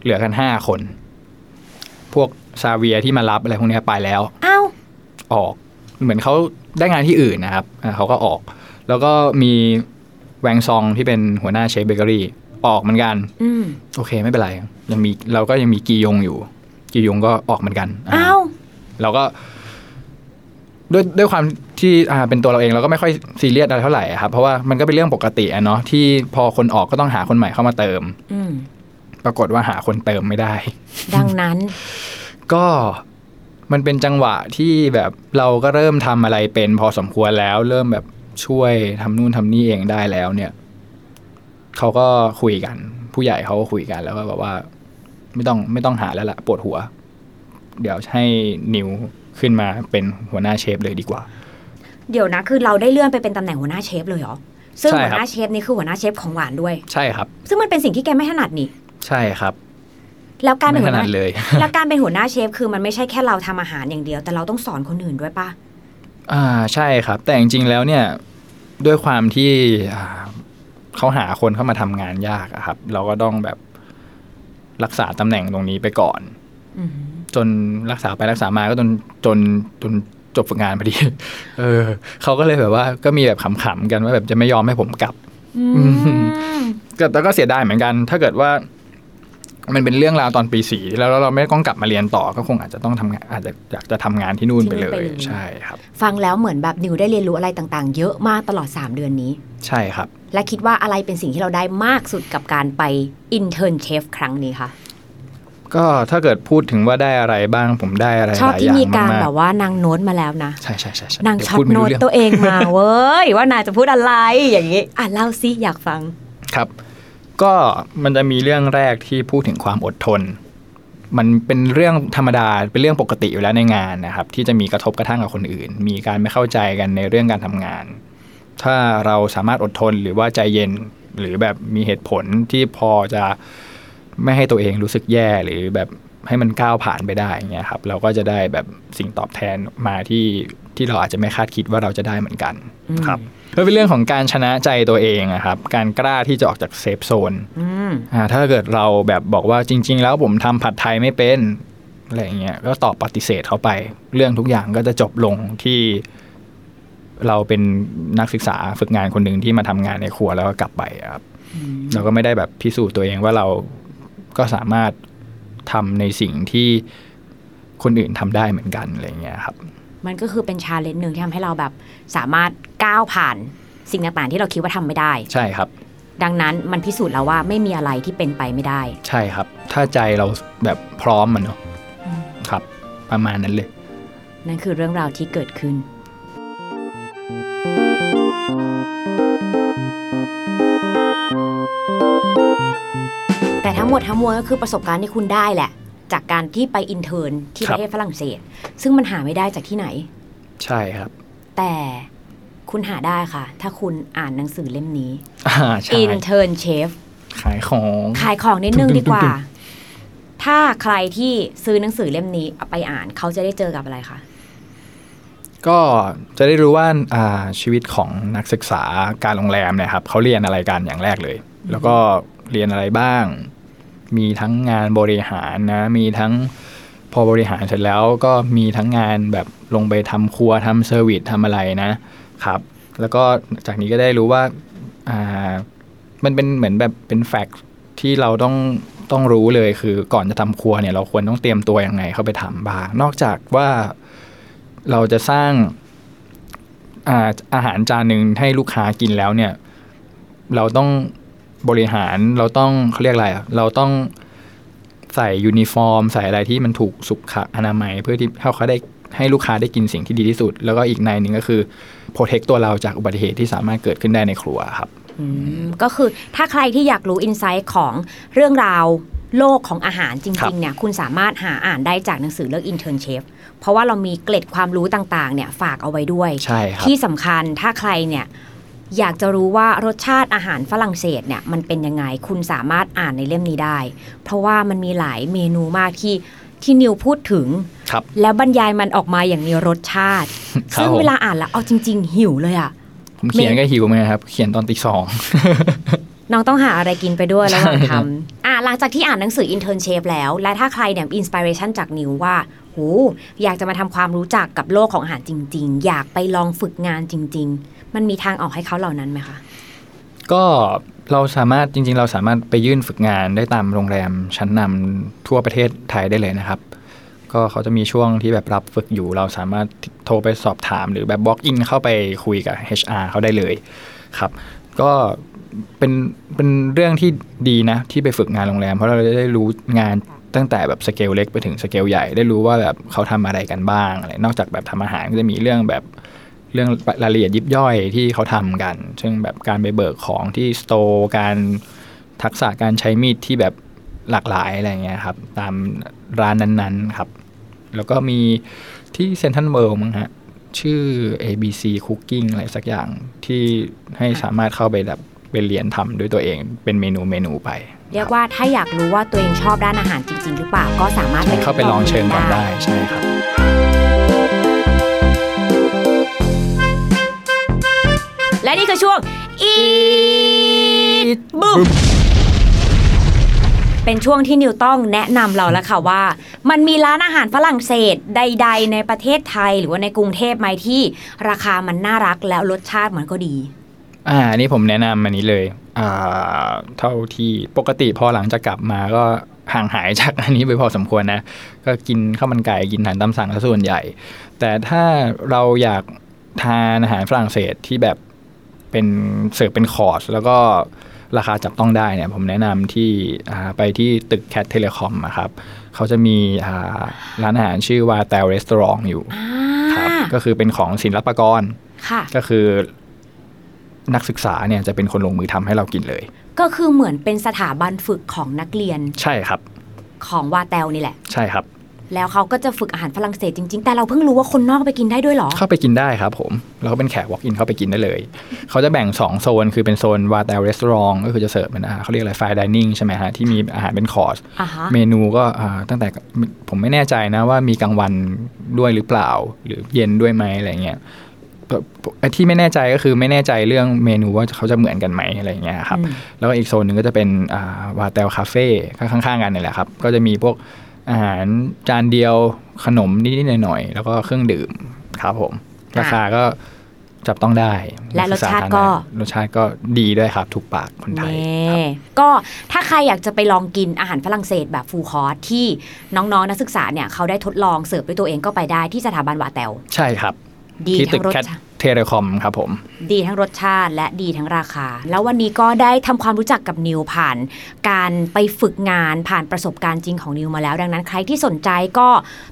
Speaker 4: เหลือกันห้าคน พวกซาเวียที่มารับอะไรพวกเนี้ยไปแล้ว
Speaker 3: อ้าว
Speaker 4: ออก เหมือนเขาได้งานที่อื่นนะครับอ่าเขาก็ออก แล้วก็มีแวงซองที่เป็นหัวหน้าเชฟเบเกอรี่ออกเหมือนกัน
Speaker 3: อืม
Speaker 4: โอเคไม่เป็นไรยังมีเราก็ยังมีกียงอยู่ กียงก็ออกเหมือนกันอ่า
Speaker 3: อ้าว
Speaker 4: เราก็ด้วยด้วยความที่อ่าเป็นตัวเราเองเราก็ไม่ค่อยซีเรียสอะไรเท่าไหร่อะครับเพราะว่ามันก็เป็นเรื่องปกติอะเนาะที่พอคนออกก็ต้องหาคนใหม่เข้ามาเติม
Speaker 3: อืม
Speaker 4: ปรากฏว่าหาคนเติมไม่ได้
Speaker 3: ดังนั้น <laughs>
Speaker 4: ก็มันเป็นจังหวะที่แบบเราก็เริ่มทำอะไรเป็นพอสมควรแล้ว เริ่มแบบช่วยทำนู่นทำนี่เองได้แล้ว เนี่ยเขาก็คุยกัน ผู้ใหญ่เขาก็คุยกันแล้วก็แบบว่า ไม่ต้องไม่ต้องหาแล้วละปวดหัว เดี๋ยวให้นิวขึ้นมาเป็นหัวหน้าเชฟเลยดีกว่า
Speaker 3: เดี๋ยวนะคือเราได้เลื่อนไปเป็นตำแหน่งหัวหน้าเชฟเลยเหรอซึ่ง
Speaker 4: ใช่
Speaker 3: หั
Speaker 4: ครับ
Speaker 3: วหน้าเชฟนี่คือหัวหน้าเชฟของหวานด้วย
Speaker 4: ใช่ครับ
Speaker 3: ซึ่งมันเป็นสิ่งที่แกไม่ถนัดนี่
Speaker 4: ใช่ครับ
Speaker 3: แล้วการเป็นหั
Speaker 4: ไม่ข
Speaker 3: วห
Speaker 4: นา
Speaker 3: น้า
Speaker 4: ดเลย
Speaker 3: แล้วการเป็นหัวหน้าเชฟคือมันไม่ใช่แค่เราทำอาหารอย่างเดียว แต่เราต้องสอนคนอื่นด้วยป่ะ
Speaker 4: อ่าใช่ครับ แต่จริงๆแล้วเนี่ยด้วยความที่อ่าเขาหาคนเข้ามาทำงานยากอะครับ เราก็ต้องแบบรักษาตำแหน่งตรงนี้ไปก่อน
Speaker 3: อืม
Speaker 4: จนรักษาไปรักษามาก็จนจนจนจบฝึกงานพอดี <laughs> เออเขาก็เลยแบบว่าก็มีแบบขำๆกันว่าแบบจะไม่ยอมให้ผมกลับ ก็แต่ก็เสียดายเหมือนกัน ถ้าเกิดว่า มันเป็นเรื่องราวตอนปีสี่แล้วแล้วเราไม่ต้องกลับมาเรียนต่อก็คงอาจจะต้องทำงานอาจจะอยากจะทำงานที่นู่นไปเลย ใช่ครับ
Speaker 3: ฟังแล้วเหมือนแบบนิวได้เรียนรู้อะไรต่างๆ เยอะมากตลอด 3 เดือนนี้
Speaker 4: ใช่ครับ
Speaker 3: และคิดว่าอะไรเป็นสิ่งที่เราได้มากสุดกับการไปอินเทอร์นเชฟครั้งนี้คะ
Speaker 4: ก็ถ้าเกิดพูดถึงว่าได้อะไรบ้างผมได้อะไร
Speaker 3: ชอบ
Speaker 4: หลายอ
Speaker 3: ที่
Speaker 4: ย่าง
Speaker 3: มีการ
Speaker 4: มาก
Speaker 3: แบบว่านางโน้ตมาแล้วนะ
Speaker 4: ๆใช่ใช่ใช่ใช่
Speaker 3: นาง
Speaker 4: เดี๋ยว
Speaker 3: ช็อ
Speaker 4: พู
Speaker 3: ต
Speaker 4: ดไม่
Speaker 3: โน้
Speaker 4: รู้
Speaker 3: ต
Speaker 4: เรื่อง
Speaker 3: ตัวเองมาเว้ย <laughs> ว่านางจะพูดอะไรอย่างนี้ อ่ะเล่าซิอยากฟัง
Speaker 4: ครับ ก็มันจะมีเรื่องแรกที่พูดถึงความอดทน มันเป็นเรื่องธรรมดาเป็นเรื่องปกติอยู่แล้วในงานนะครับ ที่จะมีกระทบกระทั่งกับคนอื่น มีการไม่เข้าใจกันในเรื่องการทำงาน ถ้าเราสามารถอดทนหรือว่าใจเย็นหรือแบบมีเหตุผลที่พอจะไม่ให้ตัวเองรู้สึกแย่หรือแบบให้มันก้าวผ่านไปได้อย่างเงี้ยครับ เราก็จะได้แบบสิ่งตอบแทนมาที่ที่เราอาจจะไม่คาดคิดว่าเราจะได้เหมือนกันครับก็เป็นเรื่องของการชนะใจตัวเองอะครับ การกล้าที่จะออกจากเซฟโซน
Speaker 3: อืม
Speaker 4: อ่าถ้าเกิดเราแบบบอกว่าจริง ๆ แล้วผมทำผัดไทยไม่เป็นอะไรอย่างเงี้ยก็ตอบปฏิเสธเขาไป เรื่องทุกอย่างก็จะจบลงที่เราเป็นนักศึกษาฝึกงานคนหนึ่งที่มาทำงานในครัวแล้วก็กลับไปอะครับเราก็ไม่ได้แบบพิสูจน์ตัวเองว่าเราก็สามารถทำในสิ่งที่คนอื่นทำได้เหมือนกันอะไรอย่างเงี้ยครับ
Speaker 3: มันก็คือเป็นชาเลนจ์หนึ่งที่ทำให้เราแบบสามารถก้าวผ่านสิ่งต่างๆ ที่เราคิดว่าทำไม่ได้
Speaker 4: ใช่ครับ
Speaker 3: ดังนั้นมันพิสูจน์แล้วว่าไม่มีอะไรที่เป็นไปไม่ได้
Speaker 4: ใช่ครับ ถ้าใจเราแบบพร้อมมันเนาะครับ ประมาณนั้นเลย
Speaker 3: นั่นคือเรื่องราวที่เกิดขึ้น แต่ทั้งหมดทั้งมวลก็คือประสบการณ์ที่คุณได้แหละ จากการที่ไปอินเทอร์นที่
Speaker 4: ค
Speaker 3: ป
Speaker 4: รับ
Speaker 3: ระเทศฝรั่งเศส ซึ่งมันหาไม่ได้จากที่ไหน
Speaker 4: ใช่ครับ <laughs>
Speaker 3: แต่คุณหาได้ค่ะ ถ้าคุณอ่านหนังสือเล่มนี้
Speaker 4: อ่าใช่
Speaker 3: อินเทอร์นเชฟ
Speaker 4: ขายของ
Speaker 3: ขายของนิดนึงดี
Speaker 4: ตึ้งๆๆๆ
Speaker 3: กว่า ถ้าใครที่ซื้อหนังสือเล่มนี้เอาไปอ่านเขาจะได้เจอกับอะไรคะ
Speaker 4: ก็จะได้รู้ว่าอ่าชีวิตของนักศึกษาการโรงแรมเนี่ยครับเขาเรียนอะไรกันอย่างแรกเลย แล้วก็เรียนอะไรบ้าง มีทั้งงานบริหารนะ มีทั้ง พอบริหารเสร็จแล้วก็มีทั้งงานแบบลงไปทำครัวทำเซอร์วิสทำอะไรนะครับ แล้วก็จากนี้ก็ได้รู้ว่าอ่ามันเป็นเหมือนแบบเป็นแฟกต์ที่เราต้องต้องรู้เลยคือก่อนจะทำครัวเนี่ยเราควรต้องเตรียมตัวยังไงเข้าไปทำบ้างนอกจากว่าเราจะสร้างอาอาหารจานหนึ่งให้ลูกค้ากินแล้วเนี่ย เราต้องบริหารเราต้องเขาเรียกอะไรอะเราต้องใส่ยูนิฟอร์ม ใส่อะไรที่มันถูกสุขอนามัย เพื่อที่ให้เขาได้ให้ลูกค้าได้กินสิ่งที่ดีที่สุด แล้วก็อีกในหนึ่งก็คือโปรเทคตัวเราจากอุบัติเหตุที่สามารถเกิดขึ้นได้ในครัวครับ
Speaker 3: อืมก็คือถ้าใครที่อยากรู้อินไซต์ของเรื่องราวโลกของอาหารจ
Speaker 4: ครั
Speaker 3: ริ
Speaker 4: บ
Speaker 3: ง ๆ เนี่ย คุณสามารถหาอ่านได้จากหนังสือเลือก Intern Chef เพราะว่าเรามีเกล็ดความรู้ต่าง ๆ เนี่ย ฝากเอาไว้ด้วย
Speaker 4: ใช่ครับ
Speaker 3: ที่สำคัญถ้าใครเนี่ยอยากจะรู้ว่ารสชาติอาหารฝรั่งเศสเนี่ยมันเป็นยังไงคุณสามารถอ่านในเล่มนี้ได้ เพราะว่ามันมีหลายเมนูมากที่ที่นิวพูดถึง
Speaker 4: ครับ
Speaker 3: แล้วบรรยายมันออกมาอย่างมีรสชาติ
Speaker 4: <laughs> ครับ
Speaker 3: ซึ่ง
Speaker 4: ผม
Speaker 3: เวลาอ่านแล้วเอาจริง ๆ หิวเลยอะ
Speaker 4: ผมเขียนก็หิวเหมือนกันครับ เขียนตอนตีสอง <laughs>
Speaker 3: น้องต้องหาอะไรกินไปด้วย
Speaker 4: ใช่
Speaker 3: ระหว่างท
Speaker 4: ครับ
Speaker 3: ำอ่ะหลังจากที่อ่านหนังสือ Intern Shape แล้ว และถ้าใครเนี่ยอินสปิเรชันจากนิวว่าโหอยากจะมาทำความรู้จักกับโลกของอาหารจริง ๆ อยากไปลองฝึกงานจริง ๆ มันมีทางออกให้เขาเหล่านั้นไหมคะ
Speaker 4: ก็เราสามารถจริง ๆ เราสามารถไปยื่นฝึกงานได้ตามโรงแรมชั้นนำทั่วประเทศไทยได้เลยนะครับ ก็เขาจะมีช่วงที่แบบรับฝึกอยู่ เราสามารถโทรไปสอบถามหรือแบบบล็อกอินเข้าไปคุยกับ HR เขาได้เลยครับ ก็เป็นเป็นเรื่องที่ดีนะ ที่ไปฝึกงานโรงแรม เพราะเราจะได้รู้งานตั้งแต่แบบสเกลเล็กไปถึงสเกลใหญ่ได้รู้ว่าแบบเขาทำอะไรกันบ้างอะไรนอกจากแบบทำอาหารก็จะมีเรื่องแบบ เรื่องรายละเอียดยิบย่อยที่เขาทำกัน ซึ่งแบบการไปเบิกของที่สโตร์การทักษะการใช้มีดที่แบบหลากหลายอะไรเงี้ยครับ ตามร้านนั้นๆครับ แล้วก็มีที่เซนทันเวิลด์มั้งฮะ ชื่อ ABC Cooking อะไรสักอย่างที่ให้สามารถเข้าไปแบบไปเรียนทำด้วยตัวเองเป็นเมนูเมนูไป
Speaker 3: เรียกว่าถ้าอยากรู้ว่าตัวเองชอบด้านอาหารจริง ๆ หรือเปล่าก็สามารถไป
Speaker 4: เข้าไปลองเชิญก่อนได้ใช่ครับ
Speaker 3: และนี่คือช่วงอีทบึ้มเป็นช่วงที่นิวต้องแนะนำเราแล้วค่ะว่า มันมีร้านอาหารฝรั่งเศสใด ๆ ในประเทศไทย หรือว่าในกรุงเทพไหมที่ราคามันน่ารักแล้วรสชาติมันก็ดี
Speaker 4: อ่าอันนี้ผมแนะนำอันนี้เลย อ่า เท่าที่ปกติพอหลังจากกลับมาก็ห่างหายจาก อันนี้ไปพอสมควรนะ ก็กินข้าวมันไก่กินอาหารตามสั่งซะส่วนใหญ่ แต่ถ้าเราอยากทานอาหารฝรั่งเศสที่แบบเป็นเสิร์ฟเป็นคอร์สแล้วก็ราคาจับต้องได้เนี่ย ผมแนะนำที่อ่าไปที่ตึกแคทเทเลคอมครับ เขาจะมีอ่าร้านอาหารชื่อวาแตลรีสตอรองอยู่
Speaker 3: อ่
Speaker 4: ครับ
Speaker 3: า
Speaker 4: ก็คือเป็นของศิลปากร
Speaker 3: ค่ะ
Speaker 4: ก็คือนักศึกษาเนี่ยจะเป็นคนลงมือทำให้เรากินเลย
Speaker 3: ก็คือเหมือนเป็นสถาบันฝึกของนักเรียน
Speaker 4: ใช่ครับ
Speaker 3: ของวาเตลนี่แหละ
Speaker 4: ใช่ครับ
Speaker 3: แล้วเขาก็จะฝึกอาหารฝรั่งเศสจริง ๆ แต่เราเพิ่งรู้ว่าคนนอกไปกินได้ด้วยเหรอ
Speaker 4: เข้าไปกินได้ครับผมเราก็เป็นแขก walk in เข้าไปกินได้เลย เขาจะแบ่ง 2 โซน คือเป็นโซนวาแต่รีสอร์ทก็คือจะเสิร์ฟเป็นอาหารเขาเรียกอะไร fine dining ใช่ไหมฮะ ที่มีอาหารเป็นคอร์ส
Speaker 3: อ่าฮะ
Speaker 4: เมนูก็อ่าตั้งแต่ผมไม่แน่ใจนะว่ามีกลางวันด้วยหรือเปล่า หรือเย็นด้วยไหมอะไรเงี้ยแต่ไอ้ที่ไม่แน่ใจก็คือไม่แน่ใจเรื่องเมนูว่าเขาจะเหมือนกันไหมอะไรเงี้ยครับ
Speaker 3: อืม
Speaker 4: แล้วก็อีกโซนหนึ่งก็จะเป็นวาเตลคาเฟ่ก็ข้างๆกันนี่แหละครับ ก็จะมีพวกอาหารจานเดียวขนมนิดๆหน่อยๆแล้วก็เครื่องดื่มครับผม
Speaker 3: ค่ะ
Speaker 4: ราคาก็จับต้องได้
Speaker 3: และรสชาติก็
Speaker 4: รสชาติก็ดีด้วยครับถูกปากคนไทย
Speaker 3: นี่ก็ถ้าใครอยากจะไปลองกินอาหารฝรั่งเศสแบบฟูลคอร์สที่น้องๆนนักศึกษาเนี่ยเขาได้ทดลองเสิร์ฟด้วยตัวเองก็ไปได้ที่สถาบันวาเตล
Speaker 4: ใช่ครับ
Speaker 3: ดี
Speaker 4: ที่ตึ
Speaker 3: ทั้งร
Speaker 4: ก
Speaker 3: ส
Speaker 4: แคท
Speaker 3: ชาติ
Speaker 4: เทเลคอมครับผม
Speaker 3: ดีทั้งรสชาติและดีทั้งราคา แล้ววันนี้ก็ได้ทำความรู้จักกับนิวผ่าน การไปฝึกงานผ่านประสบการณ์จริงของนิวมาแล้ว ดังนั้นใครที่สนใจก็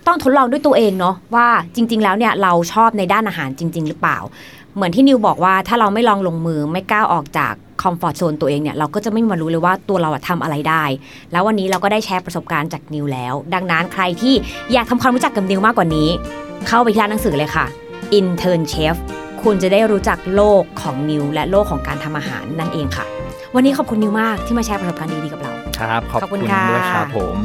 Speaker 3: ต้องทดลองด้วยตัวเองเนาะว่าจริง ๆ แล้วเนี่ยเราชอบในด้านอาหารจริง ๆ หรือเปล่า เหมือนที่นิวบอกว่าถ้าเราไม่ลองลงมือไม่ก้าวออกจากคอมฟอร์ z โซนตัวเองเนี่ย เราก็จะไม่มีวันรู้เลยว่าตัวเราอะทำอะไรได้ แล้ววันนี้เราก็ได้แชร์ประสบการณ์จากนิวแล้ว ดังนั้นใครที่อยากทำความรู้จักกับนิวมากกว่านี้ เข้าไปที่ร้านหนังสือเลยค่ะ Intern Chef คุณจะได้รู้จักโลกของนิวและโลกของการทำอาหารนั่นเองค่ะ วันนี้ขอบคุณนิวมากที่มาแชร์ประสบการณ์ดีๆกับเรา
Speaker 4: ครับ ขอบ
Speaker 3: ขอบคุ
Speaker 4: คุณ ณ
Speaker 3: ค่ะ
Speaker 4: ด้วยครับผม